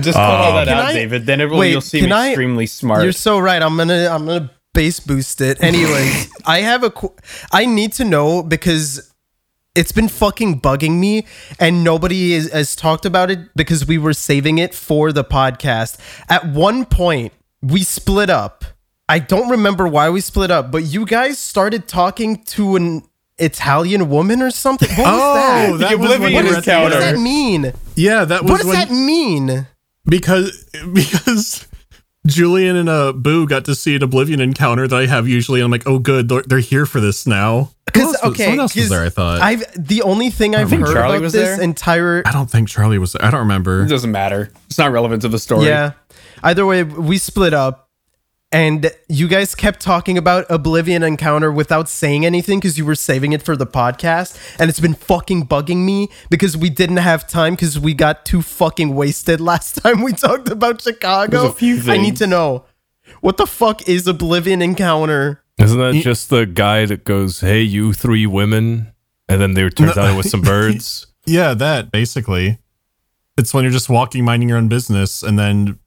[SPEAKER 3] Just cut all that
[SPEAKER 1] Can
[SPEAKER 3] out,
[SPEAKER 1] I-
[SPEAKER 3] David. Then it will,
[SPEAKER 1] wait,
[SPEAKER 3] you'll seem
[SPEAKER 1] can I-
[SPEAKER 3] extremely smart.
[SPEAKER 1] You're so right. I'm gonna I'm gonna base boost it.
[SPEAKER 5] <laughs>
[SPEAKER 1] Anyways, I have a qu- I need to know because it's been fucking bugging me, and nobody is, has talked about it because we were saving it for the podcast. At one point, we split up. I don't remember why we split up, but you guys started talking to an Italian woman or something. What was
[SPEAKER 5] Oh,
[SPEAKER 1] that?
[SPEAKER 5] that
[SPEAKER 3] The
[SPEAKER 5] was when
[SPEAKER 3] Oblivion
[SPEAKER 5] you read the-
[SPEAKER 1] What
[SPEAKER 3] Encounter.
[SPEAKER 1] does that mean?
[SPEAKER 5] Yeah, that was
[SPEAKER 1] What does
[SPEAKER 5] when,
[SPEAKER 1] that mean?
[SPEAKER 5] because <laughs> because Julian and uh, Boo got to see an Oblivion encounter that I have usually. and I'm like, oh, good, they're, they're here for this now. Who
[SPEAKER 1] Because
[SPEAKER 5] else was-
[SPEAKER 1] okay,
[SPEAKER 5] someone else was
[SPEAKER 1] 'cause
[SPEAKER 5] there. I thought. I,
[SPEAKER 1] I've the only thing I've heard
[SPEAKER 3] think Charlie
[SPEAKER 1] about
[SPEAKER 3] was
[SPEAKER 1] this
[SPEAKER 3] there.
[SPEAKER 1] entire
[SPEAKER 5] don't think Charlie was. there. I don't remember.
[SPEAKER 3] it doesn't matter. It's not relevant to the story.
[SPEAKER 1] yeah. Either way, we split up, and you guys kept talking about Oblivion Encounter without saying anything because you were saving it for the podcast, and it's been fucking bugging me because we didn't have time because we got too fucking wasted <laughs> last time we talked about Chicago.
[SPEAKER 3] There's a few
[SPEAKER 1] I need
[SPEAKER 3] things.
[SPEAKER 1] to know what the fuck is Oblivion Encounter.
[SPEAKER 4] Isn't that just the guy that goes, "Hey, you three women," and then they turns out it was
[SPEAKER 2] <laughs>
[SPEAKER 4] some birds?
[SPEAKER 5] Yeah, that basically. It's when you're just walking, minding your own business, and then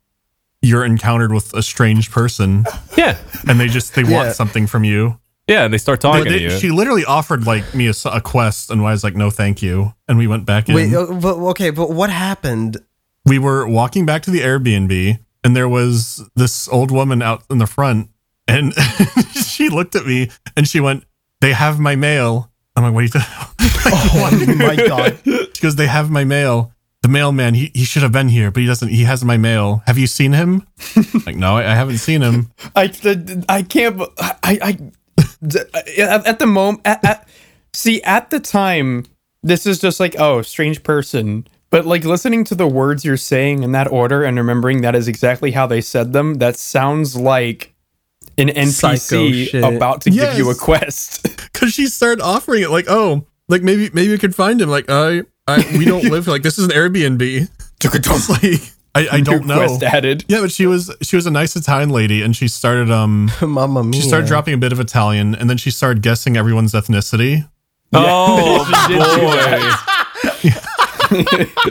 [SPEAKER 5] you're encountered with a strange person,
[SPEAKER 4] yeah,
[SPEAKER 5] and they just they
[SPEAKER 1] Yeah.
[SPEAKER 5] want something from you.
[SPEAKER 4] yeah, and they start talking
[SPEAKER 5] They-
[SPEAKER 4] to you.
[SPEAKER 5] she literally offered like me a, s- a quest, and I was like, "No, thank you." And we went back in.
[SPEAKER 1] Wait, uh, but, okay, but what
[SPEAKER 3] <laughs>
[SPEAKER 1] happened?
[SPEAKER 5] we were walking back to the Airbnb, and there was this old woman out in the front, and <laughs> she looked at me and she went, "They have my mail." I'm like, "Wait."
[SPEAKER 1] Oh my god.
[SPEAKER 5] <laughs>
[SPEAKER 1] <laughs>
[SPEAKER 5] She goes, "They have my mail." The mailman, he, he should have been here, but he doesn't. He has my mail. Have you seen him? like, no, I, I haven't seen <laughs> him.
[SPEAKER 3] I, the, I can't. b- I, I, I- at at the moment, at, at, see, at the time, this is just like, oh, strange person. But like listening to the words you're saying in that order and remembering that is exactly how they said them, that sounds like an
[SPEAKER 1] Psycho
[SPEAKER 3] NPC
[SPEAKER 1] shit.
[SPEAKER 3] about to give you a
[SPEAKER 5] Yes.
[SPEAKER 3] quest.
[SPEAKER 5] Because she started offering it, like, oh, like maybe maybe we could find him. Like, I, I we <laughs> don't live like this is an Airbnb. <laughs> It's like,
[SPEAKER 3] <laughs>
[SPEAKER 5] I, I don't know.
[SPEAKER 3] Quest added.
[SPEAKER 5] Yeah, but she was she was a nice Italian lady, and she started um
[SPEAKER 1] Mamma mia.
[SPEAKER 5] she started dropping a bit of Italian, and then she started guessing everyone's ethnicity. <laughs>
[SPEAKER 4] Oh <laughs> boy.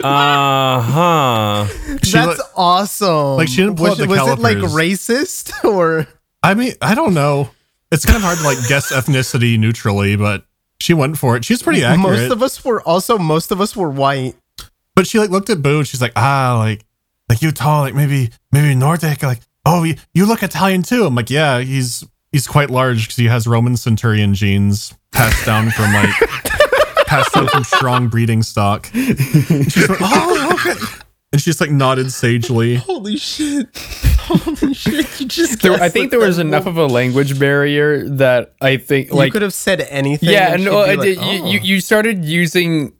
[SPEAKER 4] uh huh.
[SPEAKER 5] She
[SPEAKER 1] That's
[SPEAKER 5] li-
[SPEAKER 1] awesome.
[SPEAKER 5] Like, she didn't pull
[SPEAKER 1] was
[SPEAKER 5] out the
[SPEAKER 1] was it like
[SPEAKER 5] calipers.
[SPEAKER 1] racist <laughs> or
[SPEAKER 5] I mean, I don't know. It's kind of hard to like
[SPEAKER 1] <laughs>
[SPEAKER 5] guess ethnicity neutrally, but she went for it. She's pretty accurate.
[SPEAKER 1] most of us were also most of us were white.
[SPEAKER 5] but she like looked at Boo, and she's like, ah, like like you tall, like maybe maybe Nordic, like oh, you, you look Italian too. I'm like,
[SPEAKER 1] <laughs>
[SPEAKER 5] yeah, he's he's quite large because he has Roman centurion genes passed down from like pastel from strong breeding stock. She's like, oh, okay. And she just like nodded sagely.
[SPEAKER 1] Holy shit! <laughs> Holy shit! You just.
[SPEAKER 3] There, I
[SPEAKER 1] gaslit
[SPEAKER 3] think there was
[SPEAKER 1] that
[SPEAKER 3] enough
[SPEAKER 1] woman.
[SPEAKER 3] of a language barrier that I think
[SPEAKER 1] you
[SPEAKER 3] like
[SPEAKER 1] could have said anything.
[SPEAKER 3] yeah, and
[SPEAKER 1] she'd
[SPEAKER 3] well,
[SPEAKER 1] be
[SPEAKER 3] I
[SPEAKER 1] like,
[SPEAKER 3] did- you,
[SPEAKER 1] "Oh."
[SPEAKER 3] you you started using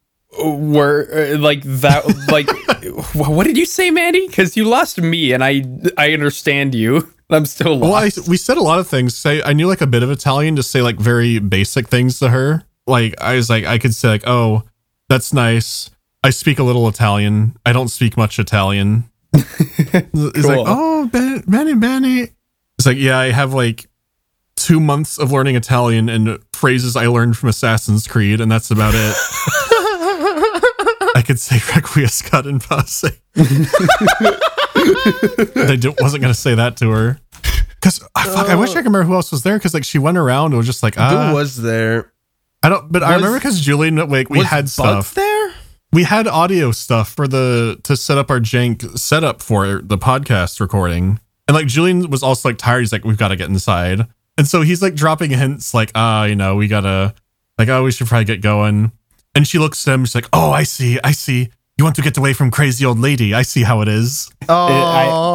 [SPEAKER 3] word like that like wh- what did you say, Mandy? Because you lost me, and I I understand you. I'm still
[SPEAKER 5] Well, I,
[SPEAKER 3] lost.
[SPEAKER 5] we said a lot of things. Say I knew like a bit of Italian to say like very basic things to her. Like I was like I could say like oh that's nice. I speak a little Italian. I don't speak much Italian. It's like
[SPEAKER 3] Cool.
[SPEAKER 5] oh ben- Benny Benny. It's like yeah I have like two months of learning Italian and phrases I learned from Assassin's Creed and that's about it. I could say <laughs> requiescat in passe. I did, wasn't gonna say that to her. Cause ah, fuck, I wish I could remember who else was there. Cause like she went around and was just like, ah,
[SPEAKER 1] Who was there?
[SPEAKER 5] I don't. But I
[SPEAKER 1] was-
[SPEAKER 5] remember because Julie, and like we
[SPEAKER 1] Was
[SPEAKER 5] had
[SPEAKER 1] Bug
[SPEAKER 5] stuff.
[SPEAKER 1] there.
[SPEAKER 5] we had audio stuff for the to set up our jank setup for the podcast recording. And like Julian was also like tired. He's like, we've got to get inside. And so he's like dropping hints, like, ah, you know, we gotta, like, oh, we should probably get going. And she looks at him. She's like, oh, I see, I see. You want to get away from crazy old lady. I see how
[SPEAKER 3] <laughs>
[SPEAKER 5] it is.
[SPEAKER 1] Oh,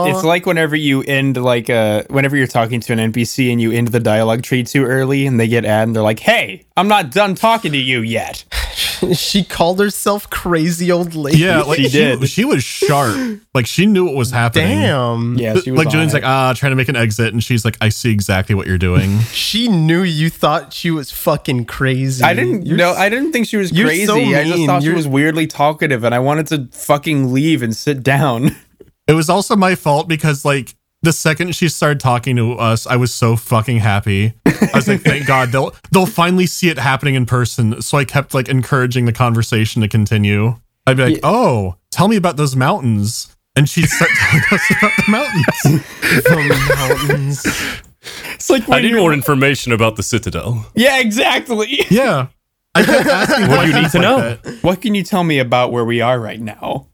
[SPEAKER 3] It- I- it's like whenever you end like uh whenever you're talking to an NPC and you end the dialogue tree too early, and they get ad and they're like, "Hey, I'm not done talking to you yet."
[SPEAKER 1] <laughs> she called herself crazy old lady.
[SPEAKER 5] Yeah, like
[SPEAKER 3] She
[SPEAKER 5] she,
[SPEAKER 3] did.
[SPEAKER 5] She was sharp. Like she knew what was happening.
[SPEAKER 1] Damn.
[SPEAKER 3] Yeah,
[SPEAKER 5] But,
[SPEAKER 3] she was
[SPEAKER 5] like
[SPEAKER 3] on
[SPEAKER 5] Julian's
[SPEAKER 3] it.
[SPEAKER 5] like ah, trying to make an exit, and she's like, I see exactly what you're doing.
[SPEAKER 1] She knew you thought she was fucking crazy.
[SPEAKER 3] I didn't
[SPEAKER 1] You're
[SPEAKER 3] know.
[SPEAKER 1] s-
[SPEAKER 3] I didn't think she was
[SPEAKER 1] you're
[SPEAKER 3] crazy.
[SPEAKER 1] so
[SPEAKER 3] I just
[SPEAKER 1] mean.
[SPEAKER 3] thought she
[SPEAKER 1] You're-
[SPEAKER 3] was weirdly talkative, and I wanted to fucking leave and sit down. <laughs>
[SPEAKER 5] it was also my fault because like the second she started talking to us, I was so fucking happy. I was like, thank God they'll they'll finally see it happening in person. So I kept like encouraging the conversation to continue. I'd be like, oh, tell me about those mountains. And she'd start <laughs> telling us about the mountains.
[SPEAKER 3] It's like
[SPEAKER 4] I
[SPEAKER 3] when
[SPEAKER 4] need
[SPEAKER 3] you're-
[SPEAKER 4] more information about the Citadel.
[SPEAKER 3] Yeah, exactly. <laughs>
[SPEAKER 5] Yeah. I kept asking
[SPEAKER 4] What do you need to
[SPEAKER 5] questions like
[SPEAKER 4] know?
[SPEAKER 5] that.
[SPEAKER 3] What can you tell me about where we are right now?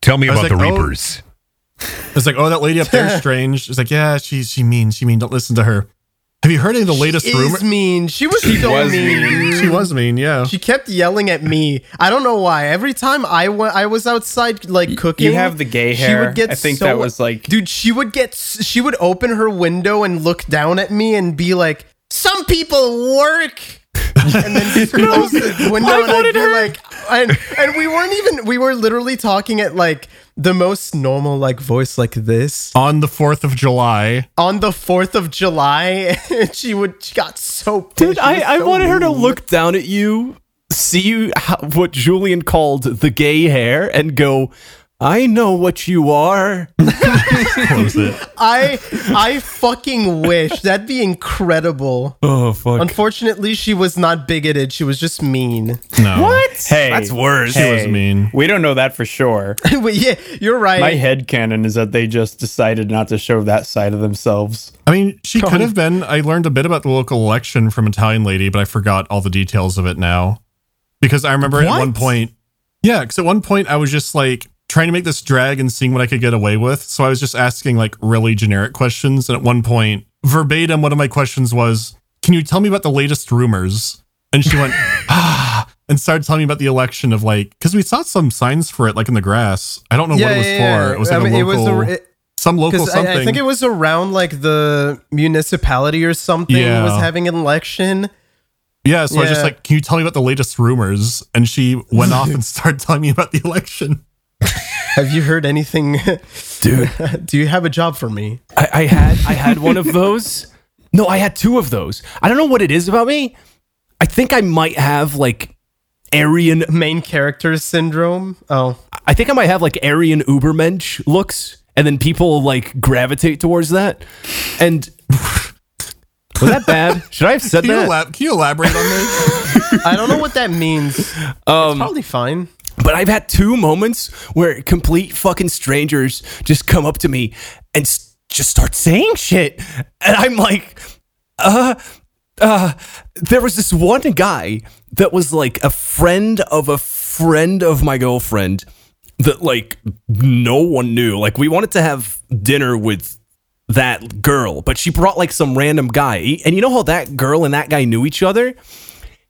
[SPEAKER 2] Tell me
[SPEAKER 5] I was
[SPEAKER 2] about the
[SPEAKER 5] like, oh.
[SPEAKER 2] Reapers.
[SPEAKER 5] It's like, oh, that lady up there is strange. It's like, yeah, she she mean, she mean. Don't listen to her. Have you heard any of the latest
[SPEAKER 1] is
[SPEAKER 5] rumor?
[SPEAKER 1] mean. She was so
[SPEAKER 3] was
[SPEAKER 1] mean.
[SPEAKER 3] mean.
[SPEAKER 5] She was mean, yeah.
[SPEAKER 1] She kept yelling at me. I don't know why. Every time I went, I was outside like cooking.
[SPEAKER 3] You have the gay hair. I think that was like.
[SPEAKER 1] dude. She would get. s- She would open her window and look down at me and be like, "Some people work." and then just close the window and I'd be like, and, and we weren't even. We were literally talking at like the most normal like voice like this
[SPEAKER 5] On the fourth of July,
[SPEAKER 1] on the Fourth of July. <laughs> and she would. She got so. pissed.
[SPEAKER 4] Dude,
[SPEAKER 1] She
[SPEAKER 4] I,
[SPEAKER 1] was
[SPEAKER 4] I
[SPEAKER 1] so
[SPEAKER 4] wanted her to
[SPEAKER 1] mean.
[SPEAKER 4] look down at you, see you how, what Julian called the gay hair, and go, I know what you are.
[SPEAKER 5] close it.
[SPEAKER 1] I I fucking wish that'd be incredible.
[SPEAKER 4] Oh, fuck.
[SPEAKER 1] Unfortunately, she was not bigoted. She was just mean. <laughs>
[SPEAKER 5] No. What?
[SPEAKER 3] hey,
[SPEAKER 4] That's worse.
[SPEAKER 5] She was mean.
[SPEAKER 3] We don't know that for <laughs> sure.
[SPEAKER 1] but yeah, you're right.
[SPEAKER 3] My head canon is that they just decided not to show that side of themselves.
[SPEAKER 5] I mean, she could have been. I learned a bit about the local election from Italian lady, but I forgot all the details of it now. Because I remember at one
[SPEAKER 1] What?
[SPEAKER 5] point, yeah, because at one point I was just like trying to make this drag and seeing what I could get away with. So I was just asking like really generic questions. And at one point, verbatim, one of my questions was, Can you tell me about the latest rumors? And
[SPEAKER 1] <laughs>
[SPEAKER 5] she went, Ah, and started telling me about the election of like, because we saw some signs for it, like in the grass. I don't know what it was for. It was
[SPEAKER 1] I
[SPEAKER 5] like
[SPEAKER 1] mean,
[SPEAKER 5] a local,
[SPEAKER 1] a- it-
[SPEAKER 5] some local
[SPEAKER 1] 'cause I-
[SPEAKER 5] something.
[SPEAKER 1] I, think it was around like the municipality or something
[SPEAKER 5] Yeah.
[SPEAKER 1] was having an election.
[SPEAKER 5] Yeah, so I was just
[SPEAKER 1] Yeah.
[SPEAKER 5] like, "Can you tell me about the latest rumors?" And she went off and <laughs> started telling me about the election.
[SPEAKER 1] Have you heard anything? <laughs>
[SPEAKER 4] Dude,
[SPEAKER 1] Do you have a job for me?
[SPEAKER 4] I, I had I had one of those. No, I had two of those. I don't know what it is about me. I think I might have like Aryan.
[SPEAKER 1] Main character syndrome. Oh,
[SPEAKER 4] I think I might have like Aryan Ubermensch looks, and then people like gravitate towards that. And <laughs> was that bad? Should I have said
[SPEAKER 5] Can <laughs> you,
[SPEAKER 4] that?
[SPEAKER 5] elab- can you elaborate on this?
[SPEAKER 1] I don't know what that means. it's
[SPEAKER 5] Um,
[SPEAKER 1] probably fine.
[SPEAKER 4] But I've had two moments where complete fucking strangers just come up to me and s- just start saying shit. And I'm like, uh, uh, there was this one guy that was like a friend of a friend of my girlfriend that like no one knew. Like, we wanted to have dinner with that girl, but she brought like some random guy. And you know how that girl and that guy knew each other?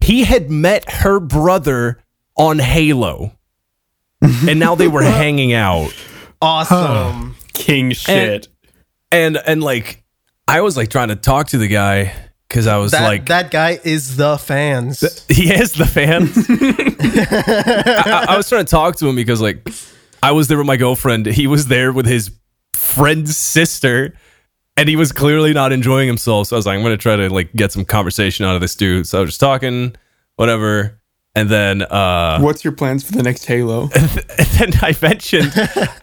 [SPEAKER 4] He had met her brother on Halo, and now they were hanging out.
[SPEAKER 1] Awesome.
[SPEAKER 3] King shit.
[SPEAKER 4] And and like, I was like trying to talk to the guy because I was
[SPEAKER 1] That,
[SPEAKER 4] like,
[SPEAKER 1] that guy is the fans.
[SPEAKER 4] <laughs> He is the
[SPEAKER 1] <laughs>
[SPEAKER 4] fan. I, I was trying to talk to him because, like, I was there with my girlfriend. He was there with his friend's sister, and he was clearly not enjoying himself. So I was like, I'm gonna try to like get some conversation out of this dude. So I was just talking, whatever. And then, uh,
[SPEAKER 3] What's your plans for the next Halo?
[SPEAKER 4] and <laughs> then I
[SPEAKER 3] <laughs>
[SPEAKER 4] mentioned,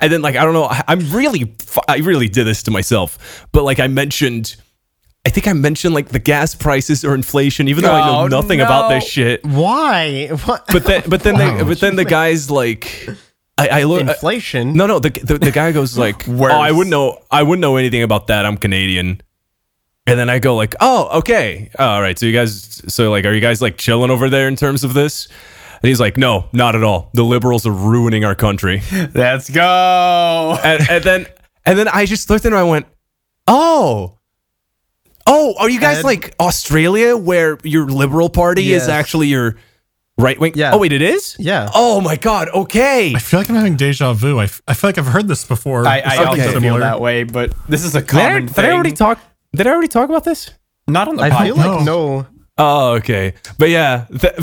[SPEAKER 4] and then like I don't know, I, I'm really, fu- I really did this to myself, but like I mentioned, I think I mentioned like the gas prices or inflation, even though I know
[SPEAKER 3] Oh,
[SPEAKER 4] nothing about this
[SPEAKER 3] no.
[SPEAKER 4] shit
[SPEAKER 1] Why? What?
[SPEAKER 4] but then but
[SPEAKER 3] <laughs>
[SPEAKER 4] then they, but then the guys like I, I look I-
[SPEAKER 1] Inflation.
[SPEAKER 4] uh, no no the, the the guy goes
[SPEAKER 3] <laughs>
[SPEAKER 4] like oh I wouldn't know I wouldn't know anything about that I'm Canadian and then I go like oh okay all right so you guys so like are you guys like chilling over there in terms of this and he's like no not at all the liberals are ruining our country
[SPEAKER 3] <laughs> Let's go.
[SPEAKER 4] and, and then and then I just looked at him and I went oh. Oh, are you guys
[SPEAKER 1] And-
[SPEAKER 4] like Australia, where your Liberal Party
[SPEAKER 1] Yes.
[SPEAKER 4] is actually your right wing?
[SPEAKER 1] Yeah.
[SPEAKER 4] Oh, wait, it is.
[SPEAKER 1] Yeah.
[SPEAKER 4] Oh my God. Okay.
[SPEAKER 5] <laughs> I feel like I'm having deja vu. I, f- I feel like I've heard this before.
[SPEAKER 3] I, I
[SPEAKER 5] Something
[SPEAKER 3] also feel
[SPEAKER 5] similar.
[SPEAKER 3] that way, but this is a
[SPEAKER 4] Did I,
[SPEAKER 3] common
[SPEAKER 4] did I
[SPEAKER 3] thing.
[SPEAKER 4] already talk? Did I already talk about this?
[SPEAKER 3] Not on the
[SPEAKER 1] I feel
[SPEAKER 3] podcast.
[SPEAKER 1] like no.
[SPEAKER 4] Oh, okay. But yeah, th- but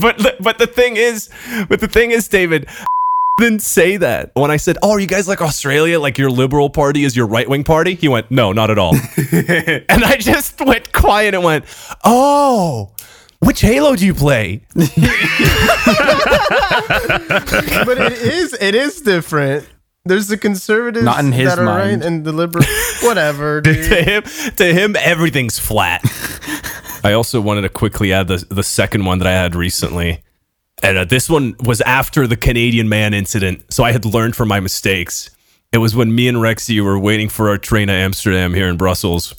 [SPEAKER 4] but <laughs> the- but the thing is, but the thing is, David <laughs> didn't say that when I said, "Oh, are you guys like Australia? Like your Liberal Party is your right wing party?" He went, "No, not at all." and I just went quiet and went, "Oh." Which Halo do you play?
[SPEAKER 1] But it is it is different. There's the conservatives
[SPEAKER 3] Not in his
[SPEAKER 1] that are
[SPEAKER 3] mind.
[SPEAKER 1] right and the liberal whatever,
[SPEAKER 4] to
[SPEAKER 1] dude.
[SPEAKER 4] him, to him, everything's flat. <laughs> I also wanted to quickly add the the second one that I had recently, and uh, this one was after the Canadian man incident. So I had learned from my mistakes. It was when me and Rexy were waiting for our train to Amsterdam here in Brussels,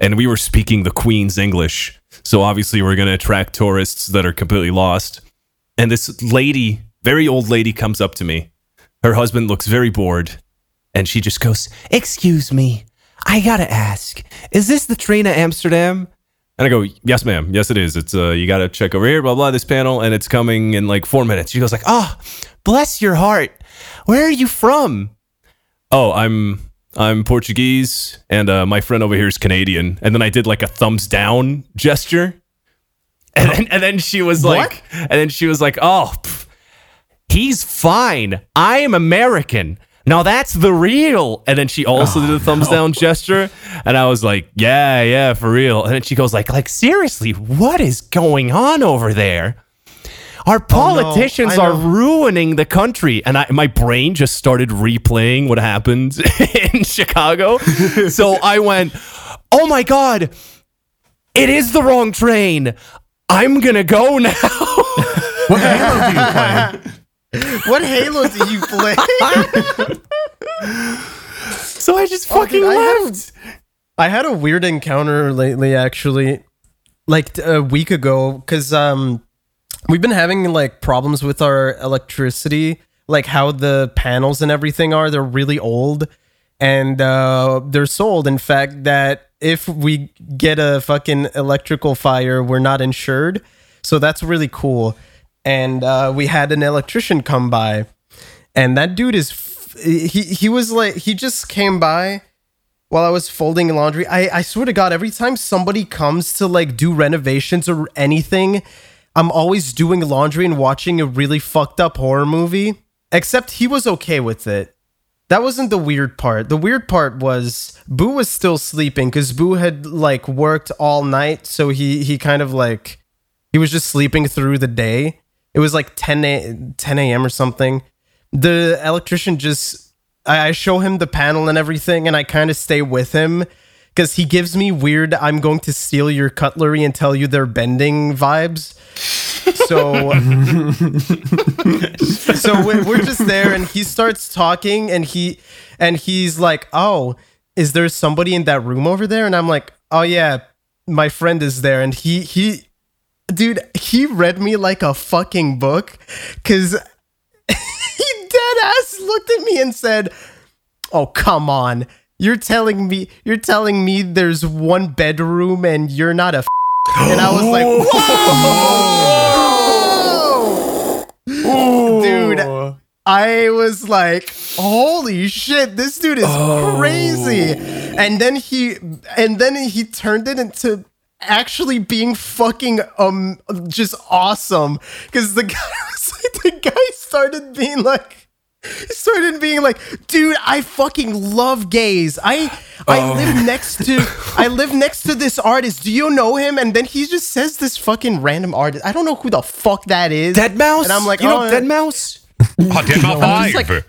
[SPEAKER 4] and we were speaking the Queen's English. So obviously, we're going to attract tourists that are completely lost. And this lady, very old lady, comes up to me. Her husband looks very bored, and she just goes, Excuse me, I gotta ask, is this the train to Amsterdam? And I go, Yes, ma'am. Yes, it is. It's, uh, you gotta check over here, blah, blah, this panel, and it's coming in like four minutes. She goes, like, Oh, bless your heart. Where are you from? Oh, I'm. I'm Portuguese, and uh, my friend over here is Canadian. And then I did like a thumbs down gesture, and then, and then she was like, and then she was like, "Oh, pff, he's fine. I am American. Now that's the real. And then she also
[SPEAKER 1] Oh,
[SPEAKER 4] did a thumbs down gesture. And I was like, yeah, yeah, for real. And then she goes like, like, seriously, what is going on over there? Our politicians
[SPEAKER 1] Oh, I
[SPEAKER 4] are
[SPEAKER 1] know.
[SPEAKER 4] ruining the country. And I, my brain just started replaying what happened <laughs> in Chicago. so I went, oh my God, it is the wrong train. I'm going to go now. <laughs>
[SPEAKER 1] <laughs>
[SPEAKER 5] What Halo do you play?
[SPEAKER 1] What Halo do you play?
[SPEAKER 4] so Oh, I just fucking
[SPEAKER 1] Oh, I have-
[SPEAKER 4] left.
[SPEAKER 1] I had a weird encounter lately, actually, like t- a week ago, because um, we've been having like problems with our electricity, like how the panels and everything are. They're really old, and uh, they're sold. In fact, that if we get a fucking electrical fire, we're not insured. So that's really cool. And uh, we had an electrician come by, and that dude is. F- he, he was like he just came by while I was folding laundry. I, I swear to God, every time somebody comes to like do renovations or anything, I'm always doing laundry and watching a really fucked up horror movie. Except he was okay with it. That wasn't the weird part. The weird part was Boo was still sleeping because Boo had like worked all night, so he he kind of like he was just sleeping through the day. It was like 10 a, 10 a.m. or something. The electrician just I, I show him the panel and everything, and I kind of stay with him because he gives me weird I'm going to steal your cutlery and tell you they're bending vibes. So <laughs> so we're, we're just there and he starts talking and he and he's like oh is there somebody in that room over there and i'm like oh yeah my friend is there and he he dude he read me like a fucking book because <laughs> he dead ass looked at me and said oh come on you're telling me you're telling me there's one bedroom and you're not a and I was like, whoa! Dude, I was like, holy shit, this dude is
[SPEAKER 4] Oh.
[SPEAKER 1] crazy. And then he and then he turned it into actually being fucking um just awesome. Cause the <laughs> guy was like the guy started being like he started being like, dude, I fucking love gays. I
[SPEAKER 4] Oh.
[SPEAKER 1] I live next to I live next to this artist. Do you know him? And then he just says this fucking random artist. I don't know who the fuck that is.
[SPEAKER 4] Dead Mouse.
[SPEAKER 1] And I'm like,
[SPEAKER 4] you
[SPEAKER 1] oh,
[SPEAKER 4] know, Dead Mouse.
[SPEAKER 2] Oh, Dead Mouth
[SPEAKER 1] I'm
[SPEAKER 2] Five.
[SPEAKER 1] just like-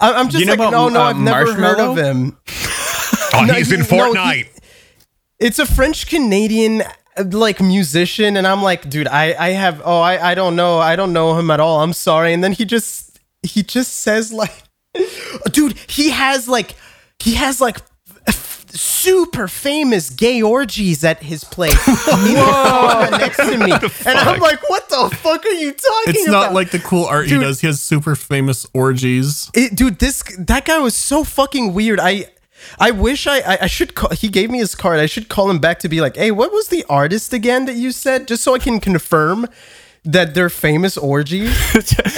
[SPEAKER 1] I- I'm just
[SPEAKER 3] You know
[SPEAKER 1] like,
[SPEAKER 3] about,
[SPEAKER 1] no, no,
[SPEAKER 3] uh,
[SPEAKER 1] I've never heard
[SPEAKER 3] Marshmallow?
[SPEAKER 1] of him.
[SPEAKER 2] oh,
[SPEAKER 1] no,
[SPEAKER 2] he's
[SPEAKER 1] he-
[SPEAKER 2] in
[SPEAKER 1] no, he-
[SPEAKER 2] Fortnite.
[SPEAKER 1] It's a French Canadian like musician, and I'm like, dude, I, I have oh I, I don't know, I don't know him at all. I'm sorry. And then he just he just says like <laughs> dude, he has like he has like f- super famous gay orgies at his
[SPEAKER 3] <laughs>
[SPEAKER 1] place in the apartment next to me. And I'm like, what the fuck are you talking
[SPEAKER 5] It's
[SPEAKER 1] about?
[SPEAKER 5] not like the cool art he
[SPEAKER 1] Dude.
[SPEAKER 5] does. He has super famous orgies.
[SPEAKER 1] It- dude, this that guy was so fucking weird. I I wish I I, I should call, he gave me his card. I should call him back to be like, hey, what was the artist again that you said? Just so I can confirm that they're famous orgies.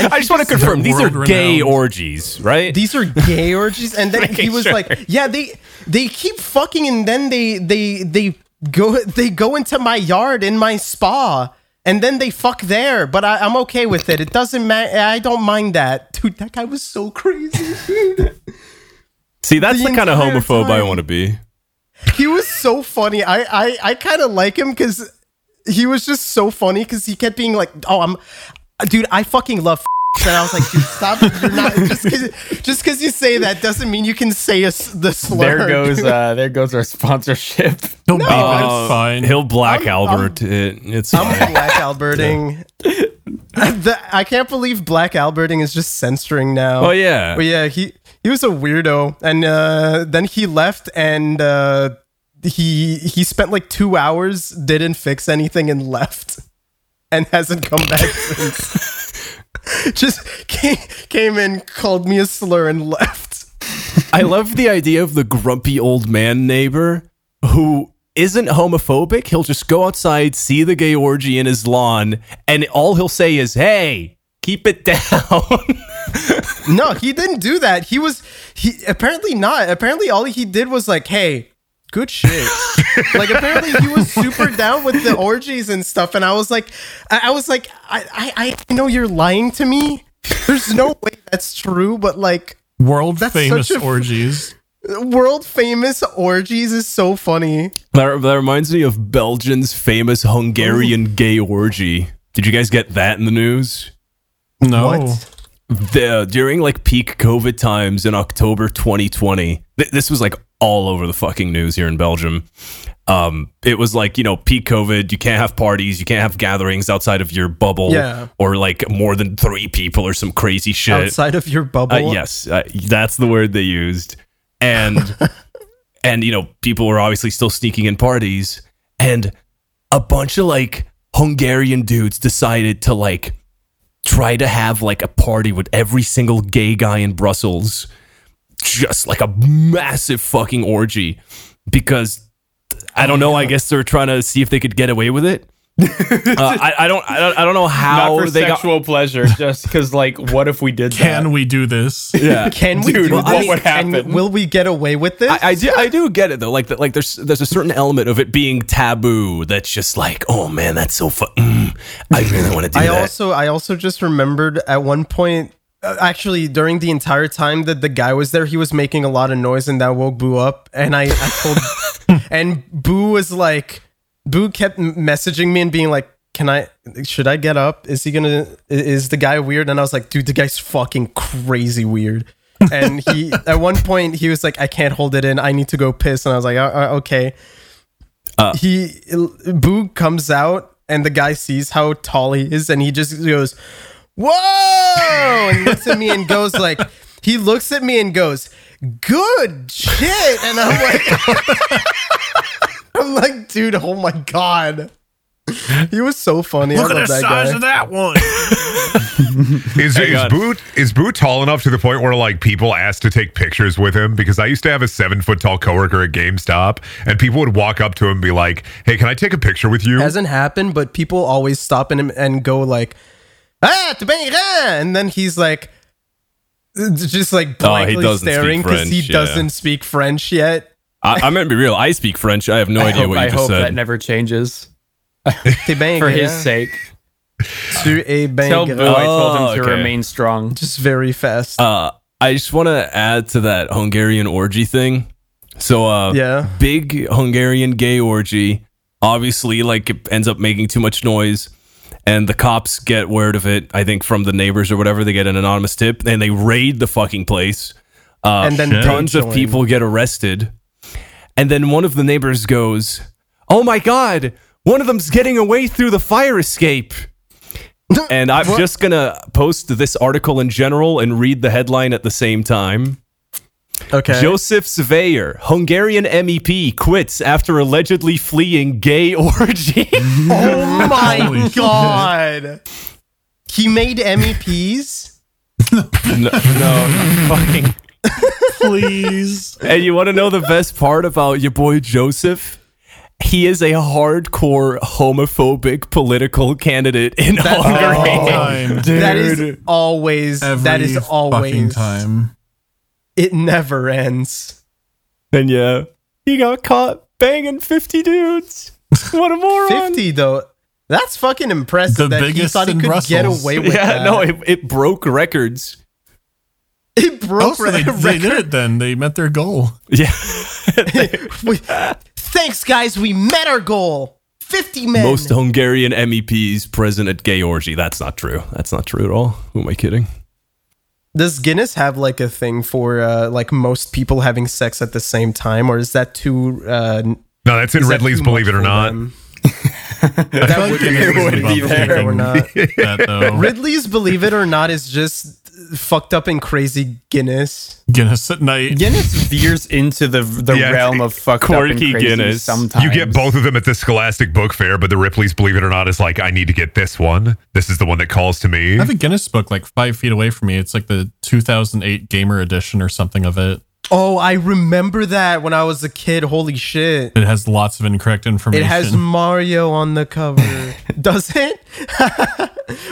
[SPEAKER 4] I just want to confirm these are
[SPEAKER 5] world
[SPEAKER 4] gay
[SPEAKER 5] renowned.
[SPEAKER 4] orgies, right?
[SPEAKER 1] These are gay orgies. And then he
[SPEAKER 4] Making
[SPEAKER 1] was
[SPEAKER 4] sure.
[SPEAKER 1] like, yeah, they they keep fucking and then they they they go they go into my yard in my spa. And then they fuck there, but I, I'm okay with it. It doesn't matter. I don't mind that, dude. That guy was so crazy.
[SPEAKER 4] See, that's
[SPEAKER 1] the
[SPEAKER 4] the, kind of
[SPEAKER 1] entire
[SPEAKER 4] homophobe I
[SPEAKER 1] time.
[SPEAKER 4] want to be.
[SPEAKER 1] he was so funny. I I, I kind of like him because he was just so funny because he kept being like, "Oh, I'm, dude, I fucking love." <laughs> And I was like, dude, stop! You're not just because just because you say that doesn't mean you can say a s the slur.
[SPEAKER 3] There goes
[SPEAKER 4] <laughs>
[SPEAKER 3] uh, there goes our sponsorship.
[SPEAKER 5] He'll be that's
[SPEAKER 4] Uh,
[SPEAKER 5] fine.
[SPEAKER 4] He'll black
[SPEAKER 1] I'm-
[SPEAKER 4] Albert. it, it's
[SPEAKER 1] I'm
[SPEAKER 4] fine.
[SPEAKER 1] black
[SPEAKER 3] <laughs>
[SPEAKER 1] Alberting. The- I can't believe black Alberting is just censoring now.
[SPEAKER 4] Oh yeah.
[SPEAKER 1] But yeah, he he was a weirdo, and uh, then he left, and uh, he he spent like two hours, didn't fix anything, and left, <laughs> and hasn't come back <laughs> since. Just came, came in, called me a slur, and <laughs> left.
[SPEAKER 4] I love the idea of the grumpy old man neighbor who isn't homophobic. He'll just go outside, see the gay orgy in his lawn, and all he'll say is, "Hey, keep it <laughs> down."
[SPEAKER 1] No, he didn't do that. He was he apparently not. Apparently, all he did was like, "Hey, good
[SPEAKER 3] <laughs>
[SPEAKER 1] shit." like apparently, he was super down with the orgies and stuff. And I was like, I, I was like, I, I I know you're lying to me. There's no way that's true. But like,
[SPEAKER 5] World
[SPEAKER 1] That's
[SPEAKER 5] famous
[SPEAKER 1] such a-
[SPEAKER 5] <laughs> orgies.
[SPEAKER 1] world famous orgies is so funny.
[SPEAKER 4] that, that reminds me of Belgium's famous Hungarian gay orgy. Did you guys get that in the news?
[SPEAKER 5] No.
[SPEAKER 3] Oh.
[SPEAKER 1] What?
[SPEAKER 4] the during like peak COVID times in October 2020, th- this was like all over the fucking news here in Belgium. Um, it was like you know peak COVID, you can't have parties, you can't have gatherings outside of your bubble,
[SPEAKER 1] Yeah.
[SPEAKER 4] or like more than three people or some crazy shit.
[SPEAKER 1] Outside of your bubble,
[SPEAKER 4] Uh, yes, uh, that's the word they used,
[SPEAKER 3] <laughs>
[SPEAKER 4] and and you know people were obviously still sneaking in parties, and a bunch of like Hungarian dudes decided to like try to have like a party with every single gay guy in Brussels, just like a massive fucking orgy, because I don't know. I guess they're trying to see if they could get away with
[SPEAKER 3] <laughs>
[SPEAKER 4] it. uh, I, I don't. I don't. I don't know how
[SPEAKER 3] Not for
[SPEAKER 4] they got.
[SPEAKER 3] sexual pleasure, just because like, what if we did that?
[SPEAKER 5] Can we do <laughs> this?
[SPEAKER 4] Yeah.
[SPEAKER 1] Can we
[SPEAKER 3] Dude,
[SPEAKER 1] do
[SPEAKER 3] what
[SPEAKER 1] this?
[SPEAKER 3] would
[SPEAKER 1] And
[SPEAKER 3] happen?
[SPEAKER 1] will we get away with this?
[SPEAKER 4] I, I do I do get it though. Like that, like there's there's a certain element of it being taboo that's just like, oh man, that's so fun. Mm, I really want to do
[SPEAKER 1] I
[SPEAKER 4] that.
[SPEAKER 1] also I also just remembered at one point uh, actually during the entire time that the guy was there he was making a lot of noise and that woke Boo up and I, I
[SPEAKER 4] <laughs>
[SPEAKER 1] told and Boo was like Boo kept m- messaging me and being like can I should I get up is he going to is the guy weird and I was like dude the guy's fucking crazy weird and
[SPEAKER 4] <laughs>
[SPEAKER 1] he at one point he was like I can't hold it in I need to go piss and I was like "Uh, uh, okay he Boo comes out and the guy sees how tall he is and he just goes, "Whoa!" and looks at me and goes like, he looks at me and goes, "Good shit!" <laughs> and I'm like, I'm like, dude, oh my god. He was so funny. I love that guy.
[SPEAKER 7] that one.
[SPEAKER 2] Is, is Boo is Boo tall enough to the point where like people ask to take pictures with him? Because I used to have a seven foot tall coworker at GameStop, and people would walk up to him and be like, "Hey, can I take a picture with you?"
[SPEAKER 1] Hasn't happened, but people always stop and and go like, ah, tu ben grand," and then he's like, just like
[SPEAKER 4] Oh, he
[SPEAKER 1] blankly
[SPEAKER 4] doesn't speak
[SPEAKER 1] staring because he
[SPEAKER 4] French, yeah.
[SPEAKER 1] doesn't speak French yet.
[SPEAKER 4] I, I'm gonna be real. I speak French. I have no
[SPEAKER 3] I
[SPEAKER 4] idea
[SPEAKER 3] hope,
[SPEAKER 4] what you
[SPEAKER 3] I
[SPEAKER 4] just
[SPEAKER 3] hope
[SPEAKER 4] said.
[SPEAKER 3] that never changes
[SPEAKER 1] Tu ben
[SPEAKER 3] for his
[SPEAKER 1] grand,
[SPEAKER 3] sake.
[SPEAKER 1] tu es ben
[SPEAKER 3] Tell Boo
[SPEAKER 1] grand.
[SPEAKER 3] I told him to
[SPEAKER 4] okay.
[SPEAKER 3] remain strong.
[SPEAKER 1] Just very fast.
[SPEAKER 4] Uh, I just want to add to that Hungarian orgy thing. So, uh,
[SPEAKER 1] Yeah.
[SPEAKER 4] big Hungarian gay orgy. Obviously, like it ends up making too much noise, and the cops get word of it. I think from the neighbors or whatever, they get an anonymous tip and they raid the fucking place. Uh,
[SPEAKER 1] And then they
[SPEAKER 4] tons of
[SPEAKER 1] join.
[SPEAKER 4] people get arrested, and then one of the neighbors goes, "Oh my god, one of them's getting away through the fire
[SPEAKER 1] <laughs>
[SPEAKER 4] escape." And I'm just gonna post this article in general and read the headline at the same time.
[SPEAKER 1] okay.
[SPEAKER 4] Joseph Sveyer, Hungarian MEP, quits after allegedly fleeing gay <laughs> orgy. <laughs>
[SPEAKER 1] oh
[SPEAKER 5] Holy
[SPEAKER 1] my
[SPEAKER 5] shit.
[SPEAKER 1] god! He made E MEPs.
[SPEAKER 4] no, no, fucking.
[SPEAKER 5] Please.
[SPEAKER 4] And you want to know the best part about your boy Joseph? He is a hardcore homophobic political candidate in Hungary.
[SPEAKER 5] time.
[SPEAKER 1] that is always. <laughs>
[SPEAKER 5] Every
[SPEAKER 1] that is
[SPEAKER 5] fucking
[SPEAKER 1] always.
[SPEAKER 5] time.
[SPEAKER 1] It never ends.
[SPEAKER 4] And yeah, he got caught banging 50 dudes. What a moron.
[SPEAKER 1] Fifty though. That's fucking impressive.
[SPEAKER 5] The
[SPEAKER 1] that he
[SPEAKER 5] biggest
[SPEAKER 1] thought he
[SPEAKER 5] in
[SPEAKER 1] could get
[SPEAKER 5] Brussels.
[SPEAKER 1] away with
[SPEAKER 4] Yeah,
[SPEAKER 1] that.
[SPEAKER 4] no, it, it broke records.
[SPEAKER 1] It broke
[SPEAKER 5] Oh, so they,
[SPEAKER 1] the
[SPEAKER 5] they did
[SPEAKER 1] record.
[SPEAKER 5] it then. They met their goal.
[SPEAKER 4] Yeah.
[SPEAKER 1] <laughs> We- Thanks, guys. We met our goal. Fifty men.
[SPEAKER 4] Most Hungarian MEPs present at gay orgy. That's not true. That's not true at all. Who am I kidding?
[SPEAKER 1] Does Guinness have like a thing for uh, like most people having sex at the same time, or is that too? Uh, n-
[SPEAKER 2] no, that's in
[SPEAKER 1] is that
[SPEAKER 2] Ridley's
[SPEAKER 1] too
[SPEAKER 2] Believe
[SPEAKER 1] much
[SPEAKER 2] It or
[SPEAKER 1] for
[SPEAKER 2] Not.
[SPEAKER 1] them?
[SPEAKER 5] That
[SPEAKER 1] would be- it would
[SPEAKER 5] be
[SPEAKER 1] Believe it or not.
[SPEAKER 5] That, though.
[SPEAKER 1] <laughs> Ridley's Believe It or Not is just fucked up and crazy Guinness.
[SPEAKER 5] Guinness at night.
[SPEAKER 3] Guinness veers into the the
[SPEAKER 2] Yeah,
[SPEAKER 3] realm of fucked up
[SPEAKER 4] quirky
[SPEAKER 3] and crazy
[SPEAKER 4] Guinness.
[SPEAKER 3] Sometimes
[SPEAKER 2] You get both of them at the Scholastic Book Fair, but the Ripley's Believe It or Not is like, I need to get this one. This is the one that calls to me.
[SPEAKER 5] I have a Guinness book like five feet away from me. It's like the 2008 gamer edition or something of it.
[SPEAKER 1] Oh, I remember that when I was a kid. Holy shit.
[SPEAKER 5] It has lots of incorrect information.
[SPEAKER 1] It has Mario on the
[SPEAKER 3] <laughs>
[SPEAKER 1] cover. Does it? <laughs>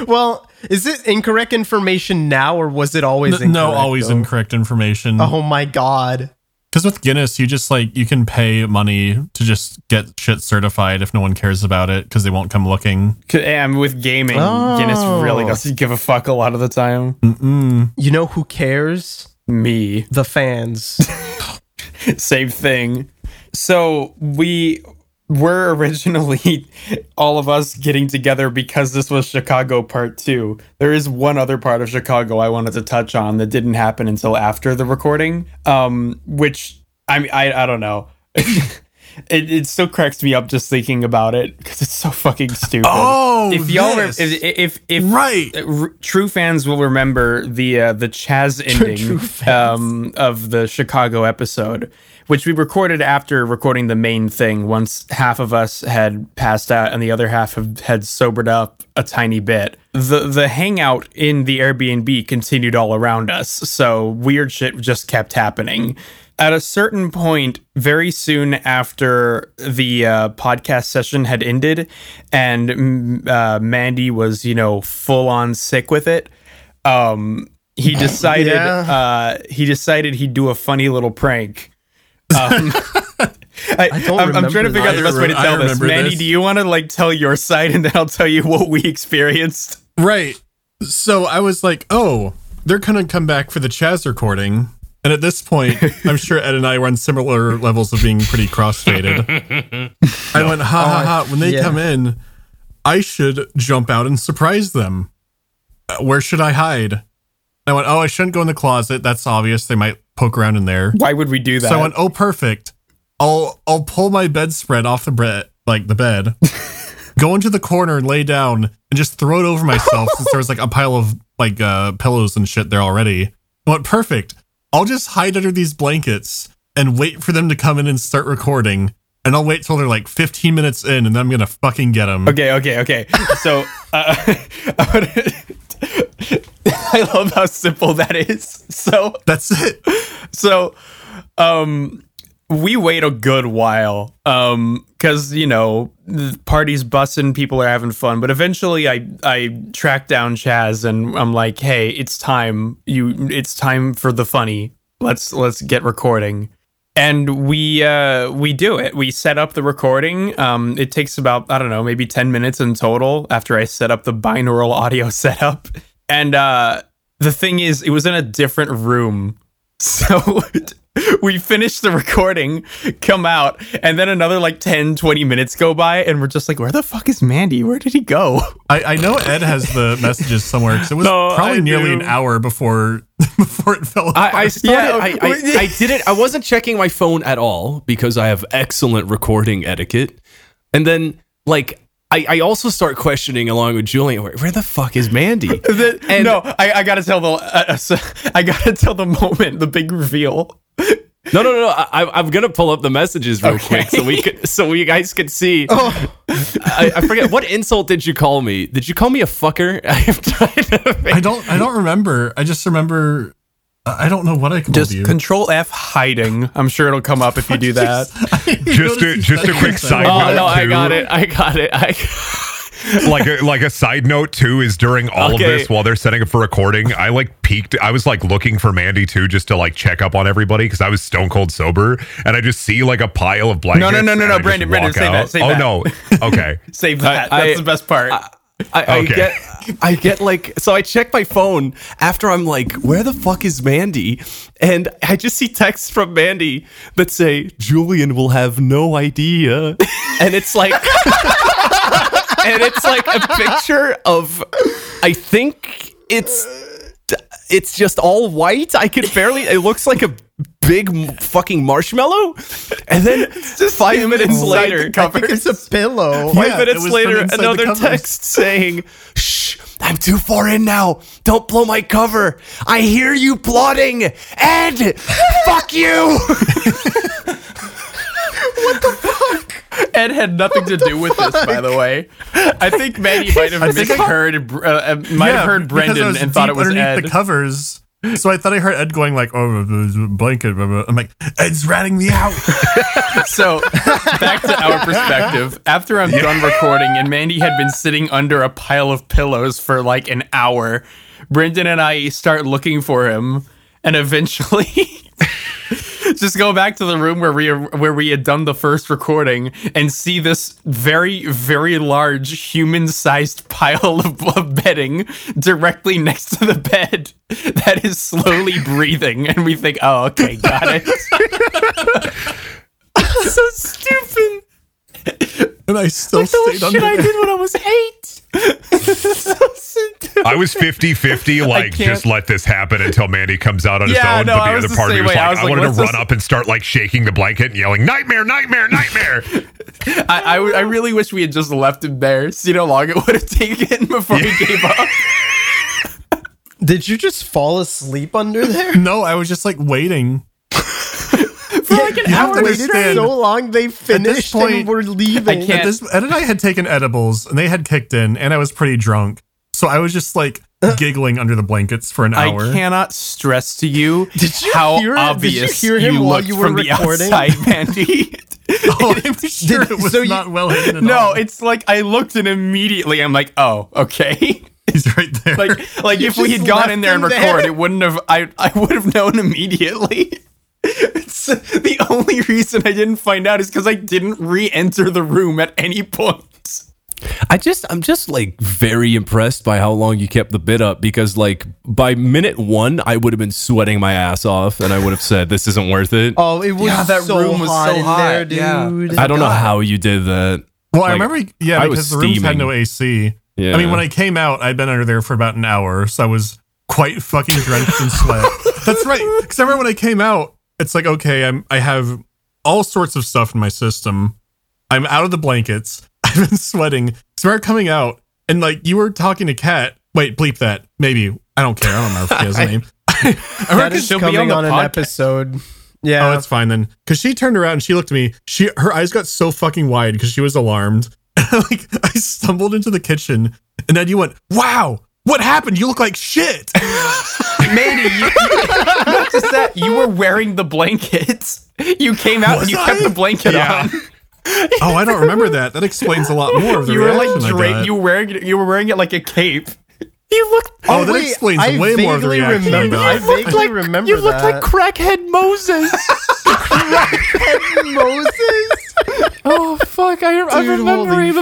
[SPEAKER 1] well, is it incorrect information now or was it always
[SPEAKER 5] N-
[SPEAKER 1] incorrect?
[SPEAKER 5] no, always
[SPEAKER 1] though?
[SPEAKER 5] incorrect information.
[SPEAKER 1] Oh my god.
[SPEAKER 5] Because with Guinness, you just like you can pay money to just get shit certified if no one cares about it because they won't come looking.
[SPEAKER 3] And with gaming, Guinness really
[SPEAKER 2] Oh.
[SPEAKER 3] doesn't give a fuck a lot of the time.
[SPEAKER 1] You know who cares?
[SPEAKER 3] Me.
[SPEAKER 1] The
[SPEAKER 3] <laughs>
[SPEAKER 1] fans.
[SPEAKER 3] same thing. So we were originally <laughs> all of us getting together because this was Chicago part two. There is one other part of Chicago I wanted to touch on that didn't happen until after the recording, um, which I mean, I, I don't know. <laughs> it, it still cracks me up just thinking about it because it's so fucking stupid.
[SPEAKER 5] Oh,
[SPEAKER 3] if y'all were,
[SPEAKER 5] this.
[SPEAKER 3] if, if if
[SPEAKER 5] Right.
[SPEAKER 3] Uh, r- true fans will remember the uh, the Chaz ending um, of the Chicago episode, which we recorded after recording the main thing. Once half of us had passed out and the other half have, had sobered up a tiny bit, the the hangout in the Airbnb continued all around us. So weird shit just kept happening. At a certain point, very soon after the uh, podcast session had ended, and mm, uh, Mandy was, you know, full on sick with it, um,
[SPEAKER 5] <laughs>
[SPEAKER 3] he decided uh, he decided he'd do a funny little prank.
[SPEAKER 5] <laughs>
[SPEAKER 3] Um, I,
[SPEAKER 1] don't
[SPEAKER 3] am
[SPEAKER 1] remember
[SPEAKER 3] trying to figure out
[SPEAKER 5] this.
[SPEAKER 3] the best way to
[SPEAKER 5] I
[SPEAKER 3] tell this.
[SPEAKER 5] remember
[SPEAKER 3] Mandy,
[SPEAKER 5] this.
[SPEAKER 3] do you want to like tell your side, and then I'll tell you what we experienced.
[SPEAKER 5] Right. So I was like, oh, they're going to come back for the Chaz recording. And at this point, I'm sure Ed and I were on similar levels of being pretty crossfaded. I went, ha ha ha. When they
[SPEAKER 1] yeah.
[SPEAKER 5] come in, I should jump out and surprise them. Uh, Where should I hide? And I went, oh, I shouldn't go in the closet. That's obvious. They might poke around in there.
[SPEAKER 3] Why would we do that?
[SPEAKER 5] So I went, "Oh, perfect. I'll I'll pull my bedspread off the bed, like the bed, <laughs> go into the corner and lay down, and just throw it over myself since there was like a pile of like uh, pillows and shit there already." I went, "Perfect. I'll just hide under these blankets and wait for them to come in and start recording." and I'll wait till they're like 15 minutes in, and then I'm gonna fucking get them.
[SPEAKER 3] Okay, okay, okay. So uh, <laughs> I, would- I love how simple that is. So
[SPEAKER 5] That's it.
[SPEAKER 3] so um we wait a good while um because you know the party's bussing people are having fun but eventually i i track down chaz and i'm like hey it's time you it's time for the funny let's let's get recording and we uh we do it we set up the recording um it takes about i don't know maybe 10 minutes in total after i set up the binaural <laughs> audio setup and uh the thing is it was in a different room <laughs> so we finish the recording, come out, and then another like 10, 20 minutes go by, and we're just like, where the fuck is Mandy? Where did he go? <laughs>
[SPEAKER 5] I, I know Ed has the messages somewhere because it was
[SPEAKER 6] No,
[SPEAKER 5] probably
[SPEAKER 6] I
[SPEAKER 5] nearly
[SPEAKER 6] do.
[SPEAKER 5] an hour before <laughs> before it fell apart.
[SPEAKER 4] I, I started.
[SPEAKER 3] Yeah.
[SPEAKER 4] I, I, I didn't. I wasn't checking my phone at all because I have excellent recording etiquette. And then, like, I, I also start questioning along with Julian, where, where the fuck is Mandy?
[SPEAKER 3] The-
[SPEAKER 4] And-
[SPEAKER 3] no, I, I gotta tell the uh, uh, <laughs> so- I gotta tell the moment, the big reveal.
[SPEAKER 4] No, no, no, no. I, I- I'm gonna pull up the messages real quick so we could, so you guys could see. I, I forget what insult did you call me? Did you call me a fucker? <laughs> I'm trying to
[SPEAKER 5] I don't. I don't remember. I just remember. I I don't know what I called
[SPEAKER 3] Just
[SPEAKER 5] you.
[SPEAKER 3] control F hiding. I'm sure it'll come up if you <laughs> do that.
[SPEAKER 2] Just a, just a quick side note.
[SPEAKER 4] Oh no, I
[SPEAKER 2] too.
[SPEAKER 4] got it. I got it. I
[SPEAKER 2] like a, like a side note too is during all
[SPEAKER 4] Okay.
[SPEAKER 2] of this while they're setting up for recording i like peeked i was like looking for mandy too just to like check up on everybody because i was stone cold sober and i just see like a pile of blankets
[SPEAKER 3] no, no, no,
[SPEAKER 2] and
[SPEAKER 3] no,
[SPEAKER 2] I just
[SPEAKER 3] Brandon, Brandon,
[SPEAKER 2] walk
[SPEAKER 3] save that,
[SPEAKER 2] out.
[SPEAKER 3] save
[SPEAKER 2] oh
[SPEAKER 3] that.
[SPEAKER 2] no okay
[SPEAKER 3] Save that.
[SPEAKER 4] I-
[SPEAKER 3] That's
[SPEAKER 4] I-
[SPEAKER 3] the best part.
[SPEAKER 4] I, I
[SPEAKER 2] Okay.
[SPEAKER 4] get I get like so I check my phone after I'm like, where the fuck is Mandy? And I just see texts from Mandy that say, Julian will have no idea. And it's like <laughs> And it's like a picture of I think it's it's just all white. I can barely it looks like a big m- fucking marshmallow. And then five minutes
[SPEAKER 3] inside
[SPEAKER 4] later,
[SPEAKER 3] the
[SPEAKER 4] I think
[SPEAKER 1] It's a pillow.
[SPEAKER 5] Yeah,
[SPEAKER 4] Five minutes
[SPEAKER 5] it was
[SPEAKER 4] later,
[SPEAKER 5] from inside the
[SPEAKER 4] another
[SPEAKER 5] covers.
[SPEAKER 4] text <laughs> saying, Shh, I'm too far in now. Don't blow my cover. I hear you plotting. Ed, <laughs> fuck you.
[SPEAKER 3] Ed had nothing to do with this, by the way. I think Mandy might have misheard, uh, uh, might
[SPEAKER 5] Yeah,
[SPEAKER 3] have heard
[SPEAKER 5] because I
[SPEAKER 3] Brendan and thought
[SPEAKER 5] deep
[SPEAKER 3] it was
[SPEAKER 5] underneath
[SPEAKER 3] Ed.
[SPEAKER 5] the covers. So I thought I heard Ed going like, "Oh, the- the blanket." blah, blah. I'm like, "Ed's ratting me out."
[SPEAKER 3] So back to our perspective. After I'm done recording, and Mandy had been sitting under a pile of pillows for like an hour, Brendan and I start looking for him, and eventually. <laughs> Just go back to the room where we where we had done the first recording and see this very very large human sized pile of, of bedding directly next to the bed <laughs> that is slowly breathing and we think oh okay got <laughs> it
[SPEAKER 6] so stupid.
[SPEAKER 5] and I still stayed under. there.
[SPEAKER 6] when I was eight.
[SPEAKER 2] i was 50
[SPEAKER 3] <laughs>
[SPEAKER 2] 50 like
[SPEAKER 3] can't-
[SPEAKER 2] just let this happen until mandy comes out on
[SPEAKER 3] Yeah,
[SPEAKER 2] his own
[SPEAKER 3] no,
[SPEAKER 2] but
[SPEAKER 3] I
[SPEAKER 2] the
[SPEAKER 3] was
[SPEAKER 2] other
[SPEAKER 3] the
[SPEAKER 2] part of me
[SPEAKER 3] same
[SPEAKER 2] was
[SPEAKER 3] way. I
[SPEAKER 2] like
[SPEAKER 3] was
[SPEAKER 2] i,
[SPEAKER 3] like,
[SPEAKER 2] wanted to
[SPEAKER 3] what's
[SPEAKER 2] run
[SPEAKER 3] this-
[SPEAKER 2] up and start like shaking the blanket and yelling nightmare nightmare
[SPEAKER 3] <laughs>
[SPEAKER 2] nightmare
[SPEAKER 3] I, I w- I really wish we had just left him there. See how long it would have taken <laughs> before we gave up.
[SPEAKER 1] Did you just fall asleep under
[SPEAKER 3] <laughs>
[SPEAKER 1] there?
[SPEAKER 5] No, I was just like waiting.
[SPEAKER 1] you
[SPEAKER 5] have to
[SPEAKER 1] waited
[SPEAKER 5] understand,
[SPEAKER 1] so long they finished
[SPEAKER 5] point,
[SPEAKER 1] and were leaving.
[SPEAKER 3] I can't-
[SPEAKER 5] At this, Ed and I had taken edibles, and they had kicked in, and I was pretty drunk, so I was just like giggling under the blankets for an
[SPEAKER 3] I
[SPEAKER 5] hour.
[SPEAKER 3] cannot stress to you,
[SPEAKER 1] Did you
[SPEAKER 3] how
[SPEAKER 1] hear- did you
[SPEAKER 3] obvious
[SPEAKER 1] hear him while
[SPEAKER 3] looked
[SPEAKER 1] you were
[SPEAKER 3] from the
[SPEAKER 1] recording?
[SPEAKER 3] outside, <laughs> Mandy.
[SPEAKER 5] Oh, <laughs> I'm sure
[SPEAKER 1] Did-
[SPEAKER 5] it was
[SPEAKER 1] so you-
[SPEAKER 5] not well hidden. At
[SPEAKER 3] no,
[SPEAKER 5] all.
[SPEAKER 3] it's like I looked and immediately I'm like, oh, okay.
[SPEAKER 5] he's right <laughs> there.
[SPEAKER 3] Like, like if we
[SPEAKER 1] just
[SPEAKER 3] had gone
[SPEAKER 1] left
[SPEAKER 3] in there and
[SPEAKER 1] him there?
[SPEAKER 3] recorded, it wouldn't have. I I would have known immediately. <laughs> It's the only reason I didn't find out is because I didn't re-enter the room at any point.
[SPEAKER 4] <laughs> I just, I'm just like very impressed by how long you kept the bit up because, like, by minute one, I would have been sweating my ass off and I would have said, This isn't worth it.
[SPEAKER 1] Oh, it was
[SPEAKER 3] Yeah, that
[SPEAKER 1] so
[SPEAKER 3] room was
[SPEAKER 1] hot
[SPEAKER 3] so
[SPEAKER 1] in
[SPEAKER 3] hot,
[SPEAKER 1] there,
[SPEAKER 3] yeah.
[SPEAKER 1] dude.
[SPEAKER 4] I don't know how you did that.
[SPEAKER 5] Well, I
[SPEAKER 4] Like,
[SPEAKER 5] remember, yeah,
[SPEAKER 4] I was
[SPEAKER 5] because the rooms had no AC.
[SPEAKER 4] Yeah.
[SPEAKER 5] I mean, when I came out, I'd been under there for about an hour, so I was quite fucking drenched in sweat. That's right. Because I remember when I came out, it's like, okay, I'm I have all sorts of stuff in my system. I'm out of the blankets. <laughs> I've been sweating. So I remember coming out, and like you were talking to Kat. Wait, bleep that.
[SPEAKER 4] <laughs>
[SPEAKER 5] Maybe I don't care. I don't remember if he has a name. I remember
[SPEAKER 1] That is
[SPEAKER 3] she'll be on
[SPEAKER 1] coming
[SPEAKER 3] the
[SPEAKER 1] on, an
[SPEAKER 3] podcast.
[SPEAKER 1] episode.
[SPEAKER 5] Oh,
[SPEAKER 1] Yeah.
[SPEAKER 5] it's fine then. Because she turned around and she looked at me. She her eyes got so fucking wide because she was alarmed. <laughs> like I stumbled into the kitchen, and then you went, "Wow, what happened? You look like shit." <laughs>
[SPEAKER 3] Manny, <laughs> you, not just that, you were wearing the blankets. You came out and you
[SPEAKER 5] Was
[SPEAKER 3] kept
[SPEAKER 5] I?
[SPEAKER 3] the blanket
[SPEAKER 2] Yeah.
[SPEAKER 3] on.
[SPEAKER 5] oh, I don't remember that. That explains a lot more of the
[SPEAKER 3] You were like
[SPEAKER 5] reaction I
[SPEAKER 3] draped.
[SPEAKER 5] got.
[SPEAKER 3] You were wearing it- you were wearing it like a cape. You looked.
[SPEAKER 5] Oh, that explains way more of the
[SPEAKER 1] vaguely
[SPEAKER 5] reaction I
[SPEAKER 1] remember-
[SPEAKER 5] got.
[SPEAKER 1] I
[SPEAKER 5] You
[SPEAKER 1] vaguely remember that.
[SPEAKER 6] crackhead Moses.
[SPEAKER 1] crackhead Moses.
[SPEAKER 6] oh fuck! I, I
[SPEAKER 1] Dude, holy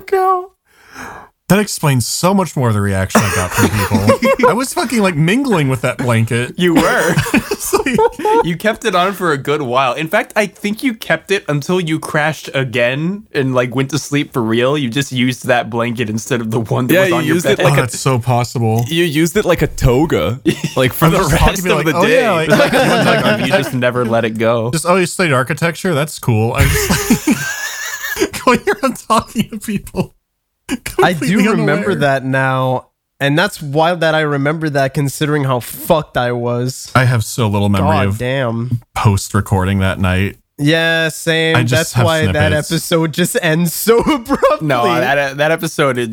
[SPEAKER 1] fuck.
[SPEAKER 6] now.
[SPEAKER 5] That explains so much more of the reaction I got from people. I was fucking like mingling with that blanket.
[SPEAKER 3] <laughs> You were.
[SPEAKER 5] It's like-
[SPEAKER 3] you kept it on for a good while. In fact, I think you kept it until you crashed again and like went to sleep for real. You just used that blanket instead of the one that
[SPEAKER 4] Yeah,
[SPEAKER 3] was
[SPEAKER 4] you
[SPEAKER 3] on your
[SPEAKER 4] used
[SPEAKER 3] bed.
[SPEAKER 4] it
[SPEAKER 5] oh,
[SPEAKER 4] like a-
[SPEAKER 5] that's so possible.
[SPEAKER 4] You used it like a <laughs> toga, like for
[SPEAKER 5] I'm
[SPEAKER 4] the
[SPEAKER 5] just talking
[SPEAKER 4] rest
[SPEAKER 5] to be
[SPEAKER 4] of
[SPEAKER 5] like,
[SPEAKER 4] the
[SPEAKER 5] "Oh,
[SPEAKER 4] day.
[SPEAKER 5] yeah, like-
[SPEAKER 3] <laughs> Like, you just never let it go.
[SPEAKER 5] Just oh, you studied architecture? That's cool. I'm just like <laughs> going around talking to people.
[SPEAKER 1] I do
[SPEAKER 5] completely
[SPEAKER 1] remember
[SPEAKER 5] unaware.
[SPEAKER 1] that now, and that's wild that I remember that considering how fucked I was.
[SPEAKER 5] I have so little memory
[SPEAKER 1] God
[SPEAKER 5] of
[SPEAKER 1] damn.
[SPEAKER 5] post recording that night.
[SPEAKER 1] Yeah, same.
[SPEAKER 5] I just
[SPEAKER 1] That's
[SPEAKER 5] have
[SPEAKER 1] why that
[SPEAKER 5] snippets.
[SPEAKER 1] episode just ends so <laughs> abruptly.
[SPEAKER 3] No, that that episode. It,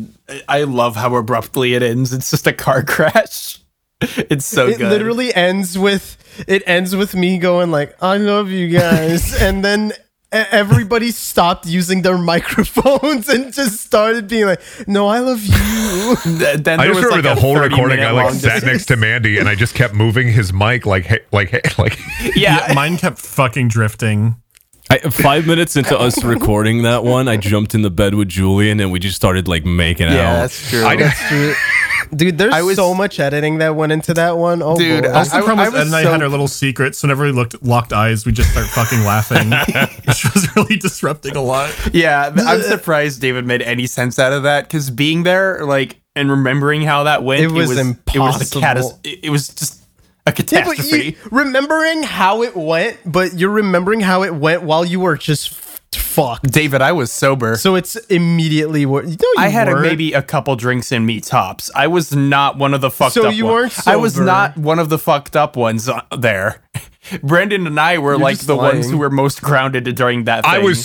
[SPEAKER 3] I love how abruptly it ends. It's just a car <laughs> crash. It's so
[SPEAKER 1] it
[SPEAKER 3] good.
[SPEAKER 1] literally ends with it ends with me going like I love you guys,
[SPEAKER 3] <laughs>
[SPEAKER 1] and then e- everybody stopped using their <laughs> microphones and just started being like, "No, I love
[SPEAKER 3] <laughs>
[SPEAKER 1] you."
[SPEAKER 3] Th- then
[SPEAKER 2] I
[SPEAKER 3] there
[SPEAKER 2] just
[SPEAKER 3] was,
[SPEAKER 2] remember
[SPEAKER 3] like,
[SPEAKER 2] the
[SPEAKER 3] a
[SPEAKER 2] whole
[SPEAKER 3] 30
[SPEAKER 2] recording.
[SPEAKER 3] minute
[SPEAKER 2] I like
[SPEAKER 3] long
[SPEAKER 2] sat
[SPEAKER 3] dis-
[SPEAKER 2] next to Mandy and I just kept moving his mic like hey, like hey, <laughs> like.
[SPEAKER 3] <laughs> Yeah,
[SPEAKER 5] Mine kept fucking drifting.
[SPEAKER 4] I, five minutes into us recording that one, I jumped in the bed with Julian and we just started like making
[SPEAKER 3] yeah,
[SPEAKER 4] out.
[SPEAKER 3] that's true.
[SPEAKER 2] I
[SPEAKER 1] That's true. Dude, there's
[SPEAKER 3] I was-
[SPEAKER 1] so much editing that went into that one. Oh,
[SPEAKER 3] Dude,
[SPEAKER 1] boy.
[SPEAKER 3] I-
[SPEAKER 5] Also, the problem was
[SPEAKER 3] was
[SPEAKER 5] Ed and I
[SPEAKER 3] so-
[SPEAKER 5] had our little secret, so whenever we looked locked eyes, we just start fucking laughing, which was really disrupting a lot.
[SPEAKER 3] Yeah, th- I'm surprised David made any sense out of that because being there, like, and remembering how that went,
[SPEAKER 1] It was
[SPEAKER 3] It was, a catas-
[SPEAKER 1] impossible.
[SPEAKER 3] it it was just a
[SPEAKER 1] Yeah, but
[SPEAKER 3] catastrophe.
[SPEAKER 1] you, remembering how it went, but you're remembering how it went while you were just f- fucked.
[SPEAKER 3] David, I was sober.
[SPEAKER 1] So it's immediately wor- No, you
[SPEAKER 3] I had a,
[SPEAKER 1] weren't.
[SPEAKER 3] maybe a couple drinks in me tops. I was not one of the fucked
[SPEAKER 1] So
[SPEAKER 3] up
[SPEAKER 1] you
[SPEAKER 3] ones.
[SPEAKER 1] weren't
[SPEAKER 3] I was
[SPEAKER 1] sober.
[SPEAKER 3] not one of the fucked up ones uh, there. <laughs> Brendan and I were like
[SPEAKER 1] just
[SPEAKER 3] the ones
[SPEAKER 1] lying.
[SPEAKER 3] who were most grounded during that thing.
[SPEAKER 2] I was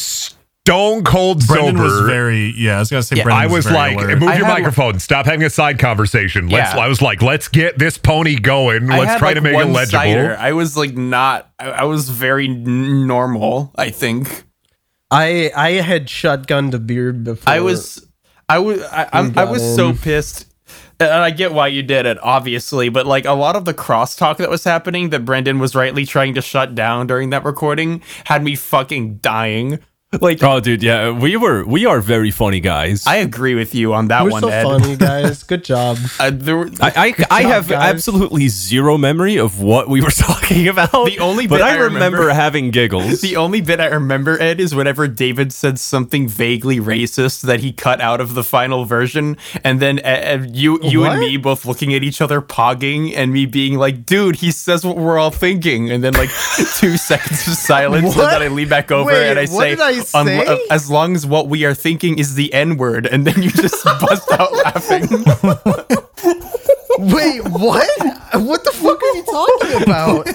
[SPEAKER 2] stone cold
[SPEAKER 5] Brendan
[SPEAKER 2] sober.
[SPEAKER 5] was very yeah. I was gonna say Brendan
[SPEAKER 2] I was
[SPEAKER 5] very
[SPEAKER 2] like,
[SPEAKER 5] alert.
[SPEAKER 2] move
[SPEAKER 3] I
[SPEAKER 2] your
[SPEAKER 3] had-
[SPEAKER 2] microphone. Stop having a side conversation. Let's.
[SPEAKER 3] Yeah.
[SPEAKER 2] I was like, let's get this pony going.
[SPEAKER 3] I
[SPEAKER 2] Let's
[SPEAKER 3] had,
[SPEAKER 2] try
[SPEAKER 3] like,
[SPEAKER 2] to make it
[SPEAKER 3] one
[SPEAKER 2] legible.
[SPEAKER 3] cider. I was like not. I, I was very n- normal. I think.
[SPEAKER 1] I I had shotgunned a beer before.
[SPEAKER 3] I was, I was, I, I'm, I
[SPEAKER 1] got
[SPEAKER 3] was so pissed, and I get why you did it, obviously. But like a lot of the crosstalk that was happening, that Brendan was rightly trying to shut down during that recording, had me fucking dying. Like
[SPEAKER 4] Oh, dude, yeah, we were we are very funny guys.
[SPEAKER 3] I agree with you on that
[SPEAKER 1] You're
[SPEAKER 3] one,
[SPEAKER 1] so
[SPEAKER 3] Ed.
[SPEAKER 1] funny, guys. Good
[SPEAKER 3] <laughs>
[SPEAKER 1] job.
[SPEAKER 3] Uh, there were-
[SPEAKER 4] I, I, I
[SPEAKER 1] job,
[SPEAKER 4] have
[SPEAKER 1] guys.
[SPEAKER 4] absolutely zero memory of what we were <laughs> talking about.
[SPEAKER 3] The only
[SPEAKER 4] but
[SPEAKER 3] bit
[SPEAKER 4] I
[SPEAKER 3] I
[SPEAKER 4] remember,
[SPEAKER 3] remember-
[SPEAKER 4] having giggles. <laughs>
[SPEAKER 3] the only bit I remember, Ed, is whenever David said something vaguely racist that he cut out of the final version, and then uh, uh, you, you
[SPEAKER 1] What?
[SPEAKER 3] and me both looking at each other, pogging, and me being like, "Dude, he says what we're all thinking," and then
[SPEAKER 1] <laughs>
[SPEAKER 3] like two seconds of silence,
[SPEAKER 1] What?
[SPEAKER 3] and then I lean back over
[SPEAKER 1] Wait,
[SPEAKER 3] and I
[SPEAKER 1] what
[SPEAKER 3] say,
[SPEAKER 1] did I
[SPEAKER 3] "Un-
[SPEAKER 1] say?"
[SPEAKER 3] uh, "As long as what we are thinking is the N word," and then you just bust out
[SPEAKER 1] <laughs>
[SPEAKER 3] laughing.
[SPEAKER 1] Wait, what? What the fuck are you <laughs> talking about?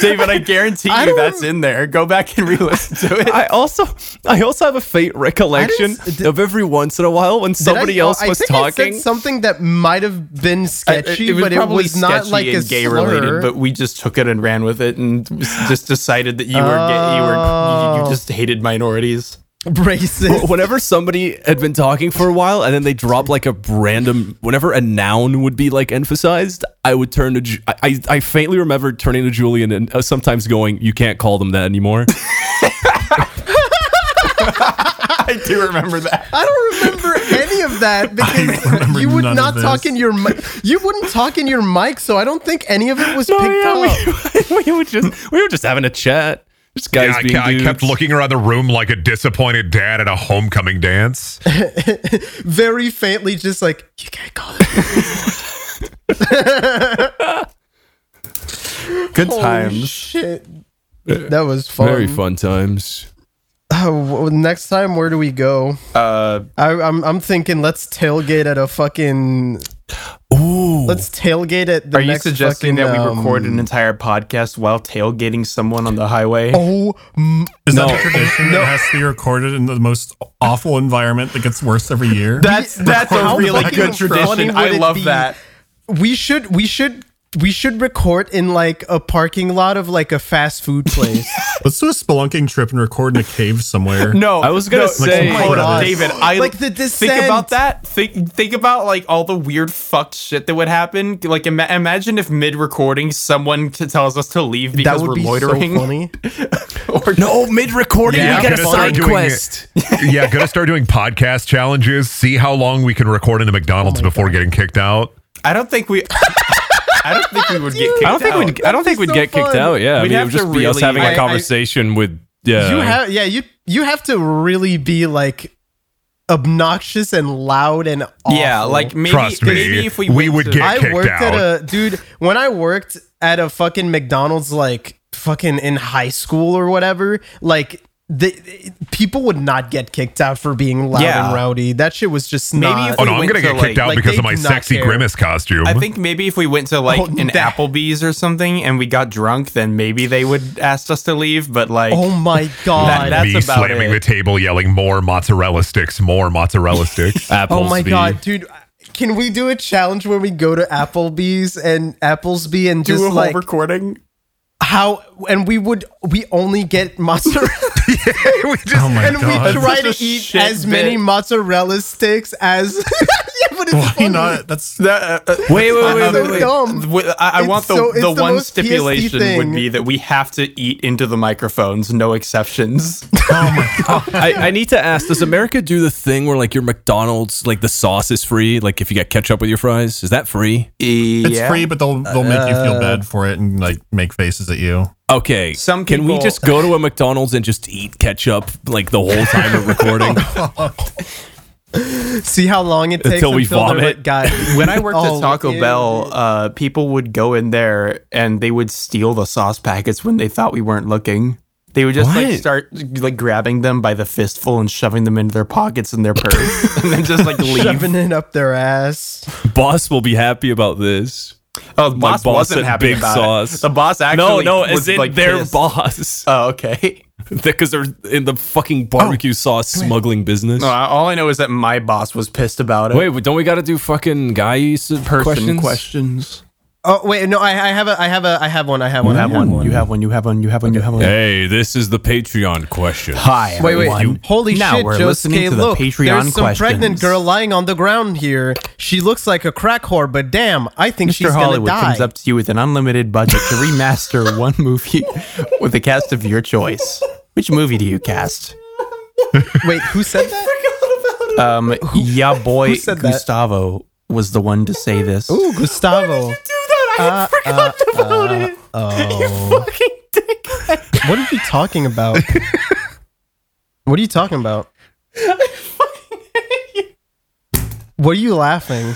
[SPEAKER 3] David, I guarantee
[SPEAKER 1] I
[SPEAKER 3] you
[SPEAKER 1] don't
[SPEAKER 3] that's in there. Go back and re-listen to it.
[SPEAKER 4] I also I also have a faint recollection
[SPEAKER 1] I didn't-
[SPEAKER 4] of every once in a while when
[SPEAKER 1] Did I-
[SPEAKER 4] somebody
[SPEAKER 1] oh,
[SPEAKER 4] else
[SPEAKER 1] I
[SPEAKER 4] was
[SPEAKER 1] think I said
[SPEAKER 4] talking.
[SPEAKER 1] something that might have been sketchy,
[SPEAKER 3] it was
[SPEAKER 1] but it
[SPEAKER 3] probably
[SPEAKER 1] was not
[SPEAKER 3] sketchy
[SPEAKER 1] like a
[SPEAKER 3] and gay
[SPEAKER 1] slur.
[SPEAKER 3] related, but we just took it and ran with it and just decided that you were gay, you were you,
[SPEAKER 1] Oh.
[SPEAKER 3] you just hated minorities. <laughs>
[SPEAKER 1] <laughs> racist.
[SPEAKER 4] whenever somebody had been talking for a while and then they drop like a random whenever a noun would be like emphasized i would turn to Ju- I, I, I faintly remember turning to julian and uh, sometimes going you can't call them
[SPEAKER 1] <laughs>
[SPEAKER 4] that anymore
[SPEAKER 3] I do remember that.
[SPEAKER 1] I don't remember any of that because
[SPEAKER 5] remember
[SPEAKER 1] you would
[SPEAKER 5] none
[SPEAKER 1] not
[SPEAKER 5] of
[SPEAKER 1] talk
[SPEAKER 5] this.
[SPEAKER 1] in your mi- you wouldn't talk in your mic, so I don't think any of it was picked up.
[SPEAKER 4] <laughs> we, we would just we were just having a chat just
[SPEAKER 2] Yeah,
[SPEAKER 4] guys
[SPEAKER 2] I,
[SPEAKER 4] being
[SPEAKER 2] ke- I kept
[SPEAKER 4] dudes.
[SPEAKER 2] looking around the room like a disappointed dad at a homecoming dance.
[SPEAKER 1] <laughs> Very faintly, just like you can't call it.
[SPEAKER 3] Good
[SPEAKER 1] Holy shit. That was fun.
[SPEAKER 4] very fun times
[SPEAKER 1] Oh, well, next time, where do we go?
[SPEAKER 3] Uh,
[SPEAKER 1] I, I'm I'm thinking let's tailgate at a fucking
[SPEAKER 4] Ooh,
[SPEAKER 1] Let's tailgate it.
[SPEAKER 3] Are you suggesting that we record
[SPEAKER 1] um,
[SPEAKER 3] an entire podcast while tailgating someone on the highway?
[SPEAKER 1] Oh, m-
[SPEAKER 5] Is that a tradition that has to be recorded in the most awful environment that gets worse every year?
[SPEAKER 3] that's that's a
[SPEAKER 1] How
[SPEAKER 3] really
[SPEAKER 1] fucking
[SPEAKER 3] good
[SPEAKER 1] funny
[SPEAKER 3] tradition.
[SPEAKER 1] would
[SPEAKER 3] I
[SPEAKER 1] it
[SPEAKER 3] love
[SPEAKER 1] be
[SPEAKER 3] that.
[SPEAKER 1] we should we should we should record in like a parking lot of like a fast
[SPEAKER 3] <laughs>
[SPEAKER 1] food place.
[SPEAKER 5] Let's do a spelunking trip and record in a cave
[SPEAKER 2] <laughs>
[SPEAKER 5] somewhere.
[SPEAKER 3] No,
[SPEAKER 4] I was gonna
[SPEAKER 3] no,
[SPEAKER 4] say-
[SPEAKER 5] Oh my God.
[SPEAKER 3] David. I
[SPEAKER 1] Like the
[SPEAKER 3] Think
[SPEAKER 1] descent.
[SPEAKER 3] about that. Think think about like all the weird fucked shit that would happen. Like ima- imagine if mid recording someone t- tells us to leave
[SPEAKER 1] that
[SPEAKER 3] because
[SPEAKER 1] would
[SPEAKER 3] we're
[SPEAKER 1] be
[SPEAKER 3] loitering.
[SPEAKER 1] so funny.
[SPEAKER 4] No, mid recording,
[SPEAKER 3] Yeah,
[SPEAKER 4] we got a
[SPEAKER 2] gonna start
[SPEAKER 4] side
[SPEAKER 2] doing
[SPEAKER 4] quest.
[SPEAKER 2] yeah, gonna start doing podcast challenges. See how long we can record in the McDonald's before getting kicked out.
[SPEAKER 3] <laughs> I don't think we. <laughs> I don't think we would get. Kicked
[SPEAKER 4] I don't think
[SPEAKER 3] out.
[SPEAKER 4] we'd. I don't think
[SPEAKER 1] be
[SPEAKER 4] we'd
[SPEAKER 1] so
[SPEAKER 4] get kicked
[SPEAKER 1] fun.
[SPEAKER 4] out. Yeah, I
[SPEAKER 3] We'd
[SPEAKER 4] mean, it
[SPEAKER 3] have
[SPEAKER 4] would just
[SPEAKER 3] to
[SPEAKER 4] be us
[SPEAKER 3] really-
[SPEAKER 4] having
[SPEAKER 1] I-
[SPEAKER 4] a
[SPEAKER 1] I-
[SPEAKER 4] conversation with.
[SPEAKER 3] Uh,
[SPEAKER 4] Yeah,
[SPEAKER 1] You have yeah, you you have to really be like obnoxious and loud and awful.
[SPEAKER 3] Yeah, like maybe,
[SPEAKER 2] Trust me,
[SPEAKER 3] maybe if we,
[SPEAKER 2] we
[SPEAKER 3] went
[SPEAKER 2] would
[SPEAKER 3] to-
[SPEAKER 2] get
[SPEAKER 1] I
[SPEAKER 2] kicked
[SPEAKER 1] worked
[SPEAKER 2] out.
[SPEAKER 1] at a dude when I worked at a fucking McDonald's like fucking in high school or whatever, like the people would not get kicked out for being loud
[SPEAKER 3] Yeah.
[SPEAKER 1] and rowdy. That shit was just
[SPEAKER 3] Maybe
[SPEAKER 1] not.
[SPEAKER 3] if
[SPEAKER 2] Oh
[SPEAKER 3] we
[SPEAKER 2] no, I'm
[SPEAKER 3] went
[SPEAKER 2] gonna
[SPEAKER 3] to,
[SPEAKER 2] get
[SPEAKER 3] like-
[SPEAKER 2] kicked out
[SPEAKER 1] like,
[SPEAKER 2] because
[SPEAKER 1] they
[SPEAKER 2] of my
[SPEAKER 1] do not
[SPEAKER 2] sexy
[SPEAKER 1] care.
[SPEAKER 2] grimace costume.
[SPEAKER 3] I think maybe if we went to like
[SPEAKER 1] Oh,
[SPEAKER 3] an
[SPEAKER 1] that-
[SPEAKER 3] Applebee's or something and we got drunk, then maybe they would ask us to leave. But like,
[SPEAKER 1] oh my god.
[SPEAKER 3] <laughs> that- that's
[SPEAKER 2] me
[SPEAKER 3] about
[SPEAKER 2] slamming
[SPEAKER 3] it.
[SPEAKER 2] the table, yelling more mozzarella sticks, more
[SPEAKER 3] <laughs>
[SPEAKER 2] mozzarella sticks.
[SPEAKER 4] Apples.
[SPEAKER 1] oh my
[SPEAKER 4] be- <laughs>
[SPEAKER 1] god, dude. Can we do a challenge where we go to Applebee's and Applesby and
[SPEAKER 3] do a
[SPEAKER 1] just
[SPEAKER 3] whole
[SPEAKER 1] like
[SPEAKER 3] recording.
[SPEAKER 1] how and we would we only get <laughs> mozzarella
[SPEAKER 2] we just
[SPEAKER 5] Oh my
[SPEAKER 1] and
[SPEAKER 5] God.
[SPEAKER 1] we try to
[SPEAKER 3] That's such a
[SPEAKER 1] eat
[SPEAKER 3] shit
[SPEAKER 1] as many
[SPEAKER 3] bit.
[SPEAKER 1] mozzarella sticks as <laughs> yeah, but it's
[SPEAKER 5] Why
[SPEAKER 1] funny.
[SPEAKER 5] not? That's
[SPEAKER 3] That, uh, uh,
[SPEAKER 4] Wait, wait, wait,
[SPEAKER 1] It's so
[SPEAKER 4] wait, wait.
[SPEAKER 1] dumb.
[SPEAKER 3] wi- I, I
[SPEAKER 1] Um, It's
[SPEAKER 3] want the,
[SPEAKER 1] so- it's
[SPEAKER 3] the,
[SPEAKER 1] the
[SPEAKER 3] one
[SPEAKER 1] most PSD
[SPEAKER 3] stipulation
[SPEAKER 1] thing.
[SPEAKER 3] would be that we have to eat into the microphones, no <laughs> exceptions.
[SPEAKER 4] I, I need to ask: Does America do the thing where like your McDonald's, like the sauce is free? Like if you got ketchup with your fries, is that free?
[SPEAKER 5] it's free, but they'll they'll make you feel bad for it and like make faces at you.
[SPEAKER 4] Okay.
[SPEAKER 3] Some
[SPEAKER 4] can we
[SPEAKER 3] people-
[SPEAKER 4] just go to a McDonald's and just eat ketchup like the whole time of recording?
[SPEAKER 1] See how long it takes
[SPEAKER 4] Until we
[SPEAKER 1] they're
[SPEAKER 4] vomit.
[SPEAKER 1] like, God.
[SPEAKER 3] <laughs> When I worked
[SPEAKER 1] Oh,
[SPEAKER 3] at Taco
[SPEAKER 1] yeah,
[SPEAKER 3] Bell, uh, people would go in there and they would steal the sauce packets when they thought we weren't looking. They would just like
[SPEAKER 4] What?
[SPEAKER 3] start like grabbing them by the fistful and shoving them into their pockets and their <laughs> purse, and then just like
[SPEAKER 1] <laughs>
[SPEAKER 3] leave.
[SPEAKER 1] Shoving it up their ass.
[SPEAKER 4] boss will be happy about this.
[SPEAKER 3] Oh, the boss,
[SPEAKER 4] boss
[SPEAKER 3] wasn't
[SPEAKER 4] at
[SPEAKER 3] happy
[SPEAKER 4] Big
[SPEAKER 3] about
[SPEAKER 4] Sauce.
[SPEAKER 3] it. The boss
[SPEAKER 4] No,
[SPEAKER 3] actually
[SPEAKER 4] no,
[SPEAKER 3] was,
[SPEAKER 4] as in
[SPEAKER 3] like,
[SPEAKER 4] their
[SPEAKER 3] pissed.
[SPEAKER 4] boss,
[SPEAKER 3] Oh, okay.
[SPEAKER 4] because they're in the fucking barbecue sauce smuggling business.
[SPEAKER 3] No, I- Uh, all I know is that my boss was pissed about it.
[SPEAKER 4] Wait, but don't we got to do fucking guy s- questions?
[SPEAKER 3] questions.
[SPEAKER 1] Oh wait, no, I, I have a, I have a, I have one, I have one, I
[SPEAKER 3] You have one. You have one. You have one. You have one. You have one.
[SPEAKER 4] Hey, this is the Patreon <laughs> question.
[SPEAKER 3] Hi.
[SPEAKER 1] Wait, wait,
[SPEAKER 3] everyone.
[SPEAKER 1] holy
[SPEAKER 3] now
[SPEAKER 1] shit,
[SPEAKER 3] we're
[SPEAKER 1] Joe
[SPEAKER 3] listening
[SPEAKER 1] Scale,
[SPEAKER 3] to the
[SPEAKER 1] look,
[SPEAKER 3] Patreon
[SPEAKER 1] there's some
[SPEAKER 3] questions.
[SPEAKER 1] pregnant girl lying on the ground here. She looks like a crack whore, but damn, I think she's
[SPEAKER 3] Mr. Hollywood
[SPEAKER 1] gonna die.
[SPEAKER 3] comes up to you with an unlimited budget
[SPEAKER 1] <laughs>
[SPEAKER 3] to remaster one movie with a cast of your choice. Which movie do you cast?
[SPEAKER 1] Wait, who said
[SPEAKER 3] <laughs>
[SPEAKER 1] that?
[SPEAKER 3] Um, yeah, boy,
[SPEAKER 1] said that?
[SPEAKER 3] Gustavo was the one to say this.
[SPEAKER 1] Ooh, Gustavo. Uh, oh. What are you talking about? what are you talking about? What are you laughing?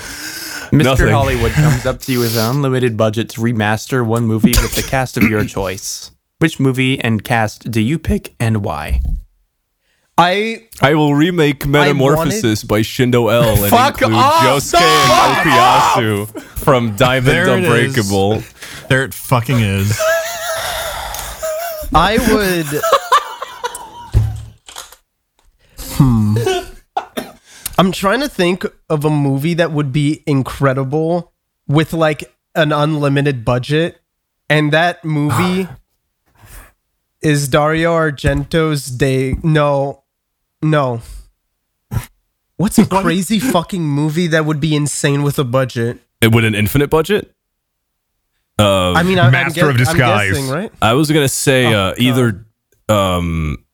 [SPEAKER 3] Mr.
[SPEAKER 4] Nothing.
[SPEAKER 3] Hollywood comes up to you with an unlimited budget to remaster one movie with the cast
[SPEAKER 1] <coughs>
[SPEAKER 3] of your choice. Which movie and cast do you pick and why?
[SPEAKER 1] I
[SPEAKER 4] I will remake Metamorphosis by Shindo L and
[SPEAKER 3] Fuck
[SPEAKER 4] include
[SPEAKER 3] off!
[SPEAKER 4] Josuke and Okuyasu from Diamond
[SPEAKER 5] There it is.
[SPEAKER 4] Unbreakable.
[SPEAKER 5] There it fucking is.
[SPEAKER 1] I would. hmm. Hmm. I'm trying to think of a movie that would be incredible with like an unlimited budget, and that
[SPEAKER 2] <sighs>
[SPEAKER 1] movie is Dario Argento's Day. No, no. What's a crazy fucking movie that would be insane with a budget?
[SPEAKER 4] It with an infinite budget. Uh,
[SPEAKER 1] I mean, I, I'm,
[SPEAKER 2] Master
[SPEAKER 1] guess-
[SPEAKER 2] of Disguise.
[SPEAKER 1] I'm guessing, right?
[SPEAKER 4] I was gonna say uh, either um,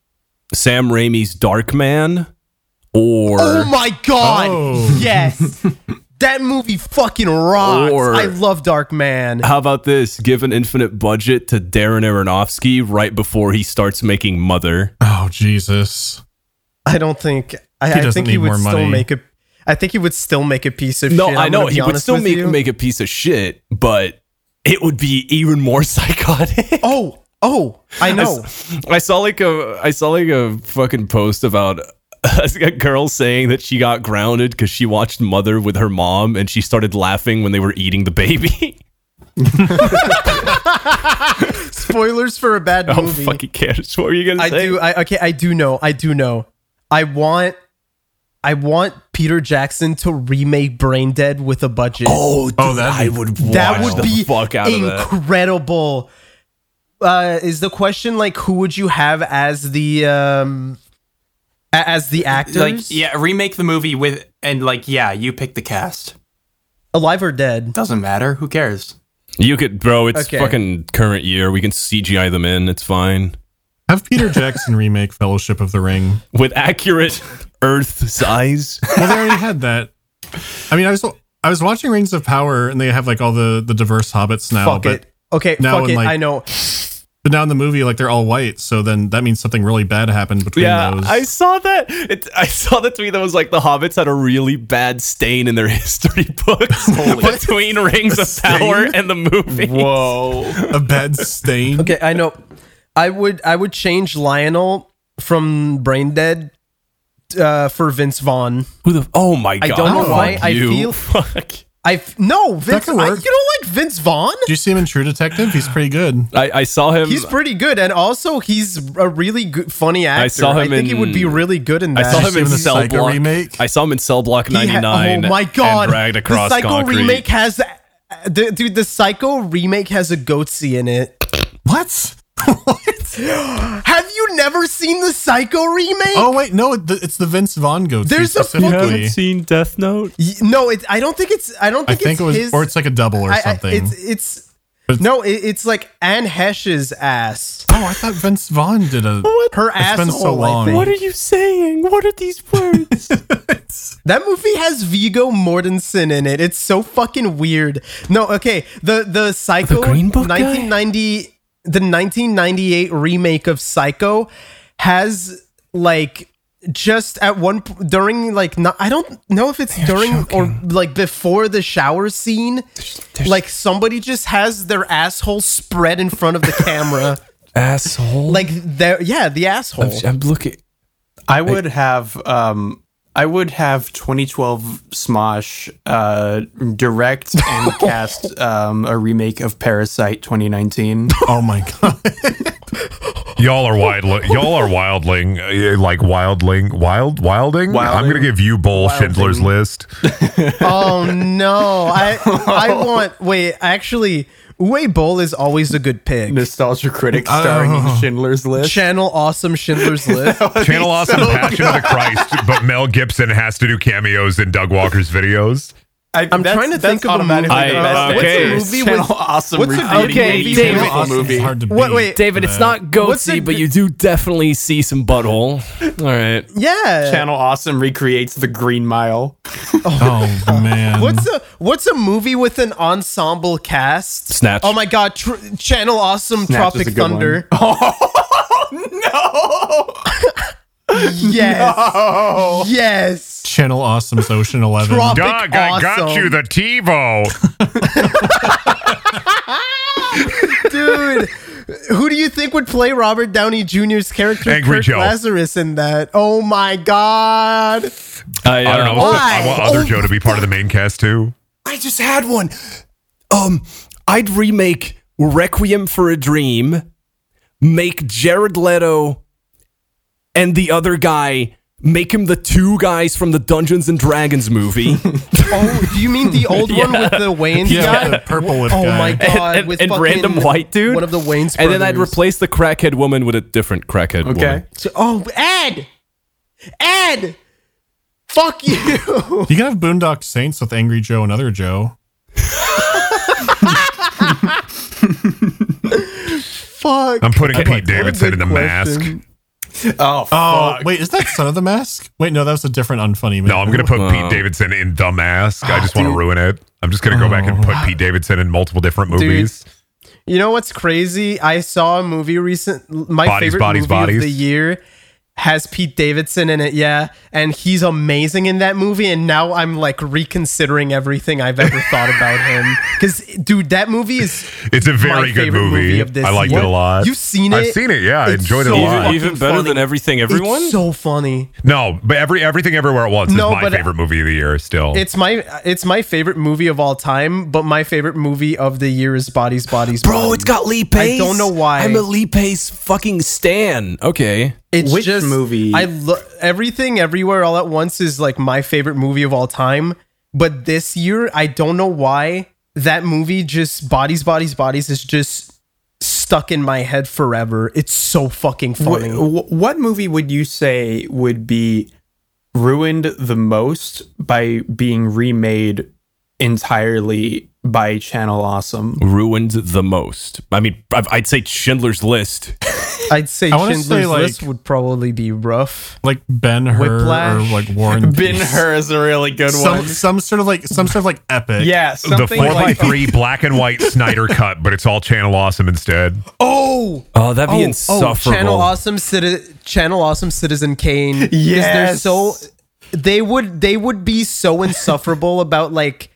[SPEAKER 4] Sam Raimi's Dark Man or
[SPEAKER 1] Oh my god!
[SPEAKER 5] Oh. <laughs>
[SPEAKER 1] Yes, that movie fucking rocks.
[SPEAKER 4] Or-
[SPEAKER 1] I love Dark Man.
[SPEAKER 4] how about this? Give an infinite budget to Darren Aronofsky right before he starts making
[SPEAKER 1] <laughs>
[SPEAKER 4] Mother.
[SPEAKER 5] Oh Jesus!
[SPEAKER 1] I don't think I,
[SPEAKER 5] He
[SPEAKER 1] I
[SPEAKER 5] doesn't
[SPEAKER 1] think he
[SPEAKER 5] need
[SPEAKER 1] would
[SPEAKER 5] more
[SPEAKER 1] still
[SPEAKER 5] money.
[SPEAKER 1] make a. I think he would still make a piece of
[SPEAKER 4] No,
[SPEAKER 1] shit.
[SPEAKER 4] I
[SPEAKER 1] I'm
[SPEAKER 4] know
[SPEAKER 1] gonna be
[SPEAKER 4] he would
[SPEAKER 1] honest
[SPEAKER 4] still
[SPEAKER 1] with
[SPEAKER 4] make
[SPEAKER 1] you.
[SPEAKER 4] make a piece of shit, but it would be even more <laughs> psychotic. <laughs>
[SPEAKER 1] Oh, oh, I know.
[SPEAKER 4] I saw like a I saw like a fucking post about <laughs> a girl saying that she got grounded because she watched Mother with her mom and she started laughing when they were eating the baby. <laughs>
[SPEAKER 1] Spoilers for a bad
[SPEAKER 5] <laughs>
[SPEAKER 4] oh,
[SPEAKER 1] movie.
[SPEAKER 4] fucking cares. What were you gonna
[SPEAKER 1] I
[SPEAKER 4] say?
[SPEAKER 1] do. I okay. I do know. I do know. I want. I want Peter Jackson to remake Brain Dead with a budget.
[SPEAKER 4] oh, dude, I would. Watch
[SPEAKER 1] that would
[SPEAKER 4] the
[SPEAKER 1] be
[SPEAKER 4] fuck out of that.
[SPEAKER 1] incredible. Uh, is the question like who would you have as the um a- as the actors?
[SPEAKER 6] Like, yeah, remake the movie with, and like, yeah, you pick the cast.
[SPEAKER 1] alive or dead?
[SPEAKER 6] Doesn't matter. Who cares?
[SPEAKER 4] You could, bro. It's
[SPEAKER 1] Okay.
[SPEAKER 4] fucking current year. We can CGI them in. It's fine
[SPEAKER 5] Have Peter Jackson remake Fellowship of the Ring.
[SPEAKER 4] with accurate Earth <laughs> size.
[SPEAKER 5] Well, they already had that. I mean, I was I was watching Rings of Power, and they have like all the the diverse hobbits now.
[SPEAKER 1] fuck
[SPEAKER 5] but
[SPEAKER 1] it. Okay,
[SPEAKER 5] now
[SPEAKER 1] fuck
[SPEAKER 5] in,
[SPEAKER 1] it.
[SPEAKER 5] like-
[SPEAKER 1] I know.
[SPEAKER 5] but now in the movie, like they're all white, so then that means something really bad happened between
[SPEAKER 4] Yeah,
[SPEAKER 5] those.
[SPEAKER 4] I saw that. It, I saw the tweet that was like the Hobbits had a really bad stain in their <laughs> history books <laughs> between Rings of
[SPEAKER 5] stain?
[SPEAKER 4] Power and the movie.
[SPEAKER 3] Whoa.
[SPEAKER 4] <laughs>
[SPEAKER 5] a bad stain.
[SPEAKER 1] Okay, I know. I would I would change Lionel from Brain Dead uh, for Vince Vaughn.
[SPEAKER 4] Who the? Oh my god!
[SPEAKER 1] don't know
[SPEAKER 4] fuck
[SPEAKER 1] why, I
[SPEAKER 4] you.
[SPEAKER 1] feel-
[SPEAKER 4] <laughs> fuck.
[SPEAKER 1] I f- no Vince.
[SPEAKER 5] could
[SPEAKER 1] I, you
[SPEAKER 5] work.
[SPEAKER 1] don't like Vince Vaughn?
[SPEAKER 5] Do you see him in True Detective? He's pretty good.
[SPEAKER 4] I, I saw him.
[SPEAKER 1] He's pretty good, and also he's a really good, funny actor.
[SPEAKER 4] saw him
[SPEAKER 1] I think
[SPEAKER 4] in-
[SPEAKER 1] he would be really good in
[SPEAKER 4] I
[SPEAKER 1] that.
[SPEAKER 4] saw him
[SPEAKER 5] see
[SPEAKER 4] in
[SPEAKER 5] the
[SPEAKER 4] Cell
[SPEAKER 5] Psycho
[SPEAKER 4] Block.
[SPEAKER 5] remake?
[SPEAKER 4] I saw him in Cell Block
[SPEAKER 1] He
[SPEAKER 4] ninety
[SPEAKER 1] ha-
[SPEAKER 4] nine.
[SPEAKER 1] oh my god!
[SPEAKER 4] And dragged across
[SPEAKER 1] the Psycho
[SPEAKER 4] concrete.
[SPEAKER 1] remake has, uh, the, dude. The Psycho remake has a goatsy in
[SPEAKER 5] <gasps>
[SPEAKER 1] it.
[SPEAKER 5] <laughs> What? what?
[SPEAKER 1] Have you never seen the Psycho remake?
[SPEAKER 5] Oh wait, no, it- it's the Vince Vaughn goatee.
[SPEAKER 1] There's a fucking-
[SPEAKER 5] specifically.
[SPEAKER 4] seen Death Note?
[SPEAKER 1] Y- No, it, I don't think it's. I don't
[SPEAKER 5] I
[SPEAKER 1] think,
[SPEAKER 5] think
[SPEAKER 1] it's
[SPEAKER 5] it was,
[SPEAKER 1] his.
[SPEAKER 5] or it's like a double or
[SPEAKER 1] I- I-
[SPEAKER 5] something.
[SPEAKER 1] it's it's.
[SPEAKER 5] But-
[SPEAKER 1] No, it, it's like Anne Hesh's ass.
[SPEAKER 5] oh, I thought Vince Vaughn did a.
[SPEAKER 1] Her
[SPEAKER 5] It's
[SPEAKER 1] asshole.
[SPEAKER 5] been so long.
[SPEAKER 1] I think.
[SPEAKER 5] What
[SPEAKER 4] you saying? What are these words?
[SPEAKER 1] That movie has Vigo Mortensen in it. It's so fucking weird. No, okay. The the Psycho
[SPEAKER 4] Green Book guy?
[SPEAKER 1] 1990 the 1998 remake of Psycho has like just at one p- during like not, I don't know if it's during or like before the shower scene <laughs> like somebody just has their asshole spread in front of the
[SPEAKER 4] <laughs>
[SPEAKER 1] camera
[SPEAKER 4] Asshole.
[SPEAKER 1] like there yeah the asshole
[SPEAKER 4] I'm looking.
[SPEAKER 6] I would have um I would have 2012 Smosh uh <laughs> direct and cast um a remake of Parasite 2019.
[SPEAKER 5] Oh my god!
[SPEAKER 2] Y'all are wild. Y'all are wildling, uh, like wildling, wild, wilding. I'm gonna give you bull Schindler's List.
[SPEAKER 1] Oh no! I
[SPEAKER 6] <laughs>
[SPEAKER 1] I want wait. Actually, Uwe Boll is always a good pick.
[SPEAKER 6] Nostalgia Critic starring in Schindler's List.
[SPEAKER 1] Channel
[SPEAKER 6] <laughs>
[SPEAKER 1] awesome Schindler's List.
[SPEAKER 2] Channel awesome passion of the Christ, but Mel Gibson has to do cameos in Doug Walker's videos.
[SPEAKER 6] I,
[SPEAKER 1] I'm trying to think of a
[SPEAKER 6] automatically
[SPEAKER 4] movie.
[SPEAKER 6] the
[SPEAKER 4] I-
[SPEAKER 6] best
[SPEAKER 4] what's a
[SPEAKER 6] pick.
[SPEAKER 1] movie
[SPEAKER 6] Channel
[SPEAKER 1] with-
[SPEAKER 6] awesome
[SPEAKER 1] what's a
[SPEAKER 6] recreating any beautiful
[SPEAKER 1] good
[SPEAKER 4] movie? Channel
[SPEAKER 5] Austin is
[SPEAKER 6] movie.
[SPEAKER 5] hard to
[SPEAKER 1] What-
[SPEAKER 5] beat.
[SPEAKER 1] wait.
[SPEAKER 4] David, it's not
[SPEAKER 1] What's
[SPEAKER 4] goatsy,
[SPEAKER 1] it-
[SPEAKER 4] but you do definitely see some butthole. All right.
[SPEAKER 1] Yeah.
[SPEAKER 6] Channel Awesome recreates the Green Mile.
[SPEAKER 5] Oh man!
[SPEAKER 1] What's a what's a movie with an ensemble cast?
[SPEAKER 4] Snatch.
[SPEAKER 1] Oh my God! Tr- Channel awesome
[SPEAKER 6] Snatch is
[SPEAKER 1] Tropic
[SPEAKER 6] a good <laughs> Oh,
[SPEAKER 1] Thunder.
[SPEAKER 6] No.
[SPEAKER 1] <laughs> Yes. Yes.
[SPEAKER 5] Channel Awesome's Ocean Eleven?
[SPEAKER 1] Drop-
[SPEAKER 2] Doug, I got
[SPEAKER 1] Awesome.
[SPEAKER 2] you the TiVo.
[SPEAKER 1] Dude. Who do you think would play Robert Downey Jr.'s character,
[SPEAKER 2] Angry
[SPEAKER 1] Kirk
[SPEAKER 2] Joe.
[SPEAKER 1] Lazarus, in that? Oh my God!
[SPEAKER 4] I,
[SPEAKER 2] I don't know. I want- I
[SPEAKER 1] Why?
[SPEAKER 2] want other
[SPEAKER 4] Oh,
[SPEAKER 2] Joe to be part of the main cast too.
[SPEAKER 4] I just had one. Um, I'd remake Requiem for a Dream, make Jared Leto and the other guy make him the two guys from the Dungeons and Dragons
[SPEAKER 1] <laughs>
[SPEAKER 4] movie.
[SPEAKER 1] Oh, do you mean the
[SPEAKER 4] <laughs>
[SPEAKER 1] old one with the Wayans guy?
[SPEAKER 5] Yeah, the purple lip
[SPEAKER 1] Oh
[SPEAKER 5] guy.
[SPEAKER 1] my god!
[SPEAKER 4] and,
[SPEAKER 1] with
[SPEAKER 4] and
[SPEAKER 1] fucking
[SPEAKER 4] random white dude.
[SPEAKER 1] one of the Wayne's,
[SPEAKER 4] And then I'd
[SPEAKER 1] brothers.
[SPEAKER 4] replace the crackhead woman with a different crackhead woman.
[SPEAKER 6] Okay.
[SPEAKER 1] So- oh, Ed, Ed, fuck you!
[SPEAKER 5] You can have Boondock Saints with Angry Joe and other Joe.
[SPEAKER 1] fuck.
[SPEAKER 2] I'm putting Pete
[SPEAKER 5] like,
[SPEAKER 2] Davidson in the mask.
[SPEAKER 1] question.
[SPEAKER 6] Oh,
[SPEAKER 5] Oh
[SPEAKER 6] fuck.
[SPEAKER 5] wait, is that Son of the Mask? Wait, no, that was a different unfunny.
[SPEAKER 2] No, I'm gonna put
[SPEAKER 4] Wow.
[SPEAKER 2] Pete Davidson in the mask. I just want to ruin it. I'm just gonna go back and put
[SPEAKER 1] Oh.
[SPEAKER 2] Pete Davidson in multiple different movies.
[SPEAKER 1] You know what's crazy? I saw a movie recent. My
[SPEAKER 2] Bodies,
[SPEAKER 1] favorite
[SPEAKER 2] bodies,
[SPEAKER 1] movie
[SPEAKER 2] bodies.
[SPEAKER 1] of the year has Pete Davidson in it, yeah, and he's amazing in that movie. And now I'm like reconsidering everything I've ever thought about him because, dude, that movie is
[SPEAKER 2] It's a
[SPEAKER 1] my
[SPEAKER 2] very good
[SPEAKER 1] favorite
[SPEAKER 2] movie.
[SPEAKER 1] of this
[SPEAKER 2] I liked
[SPEAKER 1] year.
[SPEAKER 2] it a lot.
[SPEAKER 1] You've seen it?
[SPEAKER 2] I've seen it. Yeah, I
[SPEAKER 1] It's
[SPEAKER 2] enjoyed it a
[SPEAKER 1] so
[SPEAKER 2] lot.
[SPEAKER 1] fucking
[SPEAKER 4] Even better
[SPEAKER 1] funny.
[SPEAKER 4] than everything, everyone.
[SPEAKER 1] It's so funny.
[SPEAKER 2] No, but every everything everywhere at once
[SPEAKER 1] No,
[SPEAKER 2] is my
[SPEAKER 1] but- uh,
[SPEAKER 2] favorite movie of the year. Still,
[SPEAKER 1] It's my it's my favorite movie of all time, but my favorite movie of the year is Bodies, Bodies,
[SPEAKER 4] Bro,
[SPEAKER 1] Bodies.
[SPEAKER 4] it's got Lee Pace.
[SPEAKER 1] I don't know why.
[SPEAKER 4] I'm a Lee Pace fucking stan. Okay.
[SPEAKER 1] It's
[SPEAKER 6] Which
[SPEAKER 1] just
[SPEAKER 6] movie?
[SPEAKER 1] I lo- everything everywhere all at once is like my favorite movie of all time. But this year, I don't know why that movie just bodies, bodies, bodies is just stuck in my head forever. It's so fucking
[SPEAKER 6] Wh-
[SPEAKER 1] funny.
[SPEAKER 6] wh- what movie would you say would be ruined the most by being remade entirely by Channel Awesome?
[SPEAKER 4] Ruined the most. I mean, I- I'd say Schindler's List.
[SPEAKER 1] I'd say
[SPEAKER 5] I wanna
[SPEAKER 1] Schindler's
[SPEAKER 5] say, like-
[SPEAKER 1] List would probably be rough.
[SPEAKER 5] like Ben Hur or
[SPEAKER 1] Whiplash.
[SPEAKER 5] like Warren.
[SPEAKER 6] Ben Hur is a really good
[SPEAKER 5] Some,
[SPEAKER 6] one.
[SPEAKER 5] some sort of like some sort of like epic.
[SPEAKER 6] Yeah,
[SPEAKER 2] the
[SPEAKER 6] something
[SPEAKER 2] four
[SPEAKER 6] like
[SPEAKER 1] <laughs>
[SPEAKER 2] by three black and white Snyder cut, but it's all Channel Awesome instead.
[SPEAKER 1] Oh,
[SPEAKER 4] <laughs> Oh, that'd be
[SPEAKER 1] oh,
[SPEAKER 4] insufferable.
[SPEAKER 1] Channel Awesome Citi- Channel Awesome Citizen Kane. 'Cause they're
[SPEAKER 6] Yes.
[SPEAKER 1] so they would they would be so insufferable about like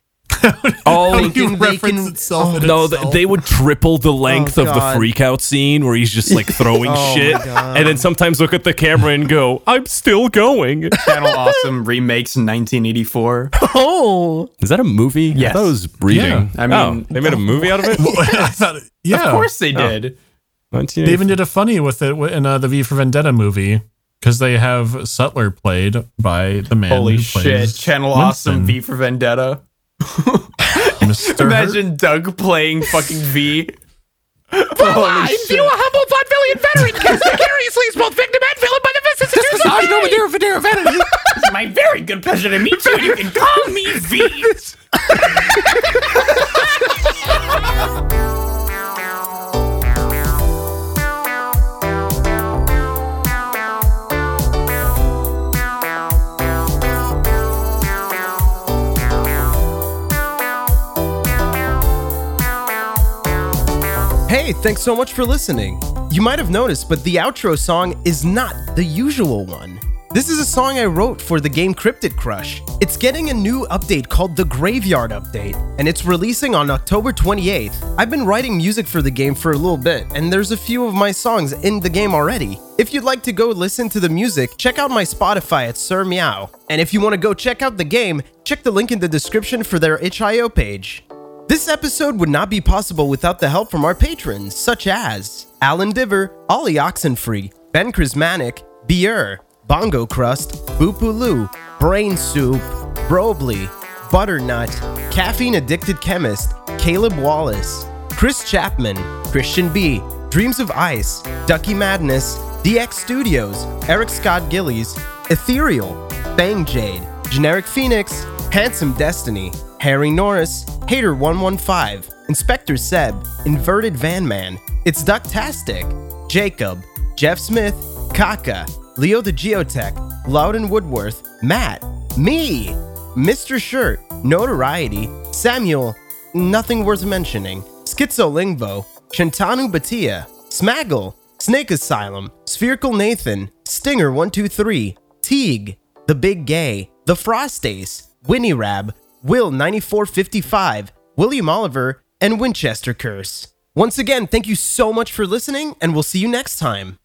[SPEAKER 4] Oh,
[SPEAKER 5] How do you
[SPEAKER 1] Thinking they
[SPEAKER 5] reference
[SPEAKER 1] can-
[SPEAKER 5] itself? in
[SPEAKER 4] No, th-
[SPEAKER 5] itself?
[SPEAKER 4] they would triple the length of the
[SPEAKER 1] Oh, God. Oh,
[SPEAKER 4] freakout scene where he's just
[SPEAKER 1] <laughs>
[SPEAKER 4] like throwing
[SPEAKER 1] my
[SPEAKER 4] shit,
[SPEAKER 1] God.
[SPEAKER 4] and then sometimes look at the camera and go, "I'm still going."
[SPEAKER 6] Channel Awesome remakes
[SPEAKER 5] <laughs>
[SPEAKER 6] 1984.
[SPEAKER 1] <laughs> oh
[SPEAKER 4] Is that a movie?
[SPEAKER 6] Yes.
[SPEAKER 4] I thought it was reading.
[SPEAKER 5] Yeah,
[SPEAKER 6] I
[SPEAKER 4] oh,
[SPEAKER 6] mean-
[SPEAKER 4] they made a movie out of <laughs> it.
[SPEAKER 5] <laughs> I thought, yeah,
[SPEAKER 6] Of course they did.
[SPEAKER 5] They
[SPEAKER 4] 1980.
[SPEAKER 5] even did a funny with it w- in uh, the V for Vendetta movie because they have Sutler played by the man.
[SPEAKER 6] Holy
[SPEAKER 5] who
[SPEAKER 6] shit.
[SPEAKER 5] plays
[SPEAKER 6] Channel
[SPEAKER 5] Winston,
[SPEAKER 6] Awesome V for Vendetta.
[SPEAKER 5] Mr.
[SPEAKER 6] <laughs>
[SPEAKER 5] Hur.
[SPEAKER 6] Imagine Doug playing fucking V. Holy shit. <laughs> my very good pleasure to meet you. You can call me V.
[SPEAKER 1] Hey, thanks so much for listening. You might have noticed, but the outro song is not the usual one. This is a song I wrote for the game Cryptid Crush. It's getting a new update called the Graveyard Update, and it's releasing on October 28th. I've been writing music for the game for a little bit, and there's a few of my songs in the game already. If you'd like to go listen to the music, check out my Spotify at Sir Meow. And if you want to go check out the game, check the link in the description for their itch.io page. This episode would not be possible without the help from our patrons, such as Alan Diver, Ollie Oxenfree, Ben Chrismanic, Beer, Bongo Crust, Boopaloo, Brain Soup, Brobly, Butternut, Caffeine Addicted Chemist, Caleb Wallace, Chris Chapman, Christian B, Dreams of Ice, Ducky Madness, DX Studios, Eric Scott Gillies, Ethereal, Bang Jade, Generic Phoenix, Handsome Destiny, Harry Norris, Hater115, Inspector Seb, Inverted Van Man, It's Ducktastic, Jacob, Jeff Smith, Kaka, Leo the Geotech, Loudon Woodworth, Matt, me, Mr. Shirt, Notoriety, Samuel, Nothing Worth Mentioning, Schizolingvo, Shantanu Batia, Smaggle, Snake Asylum, Spherical Nathan, Stinger123, Teague, The Big Gay, The Frostace, Winnie Rab, Will9455, William Oliver, and Winchester Curse. Once again, thank you so much for listening, and we'll see you next time.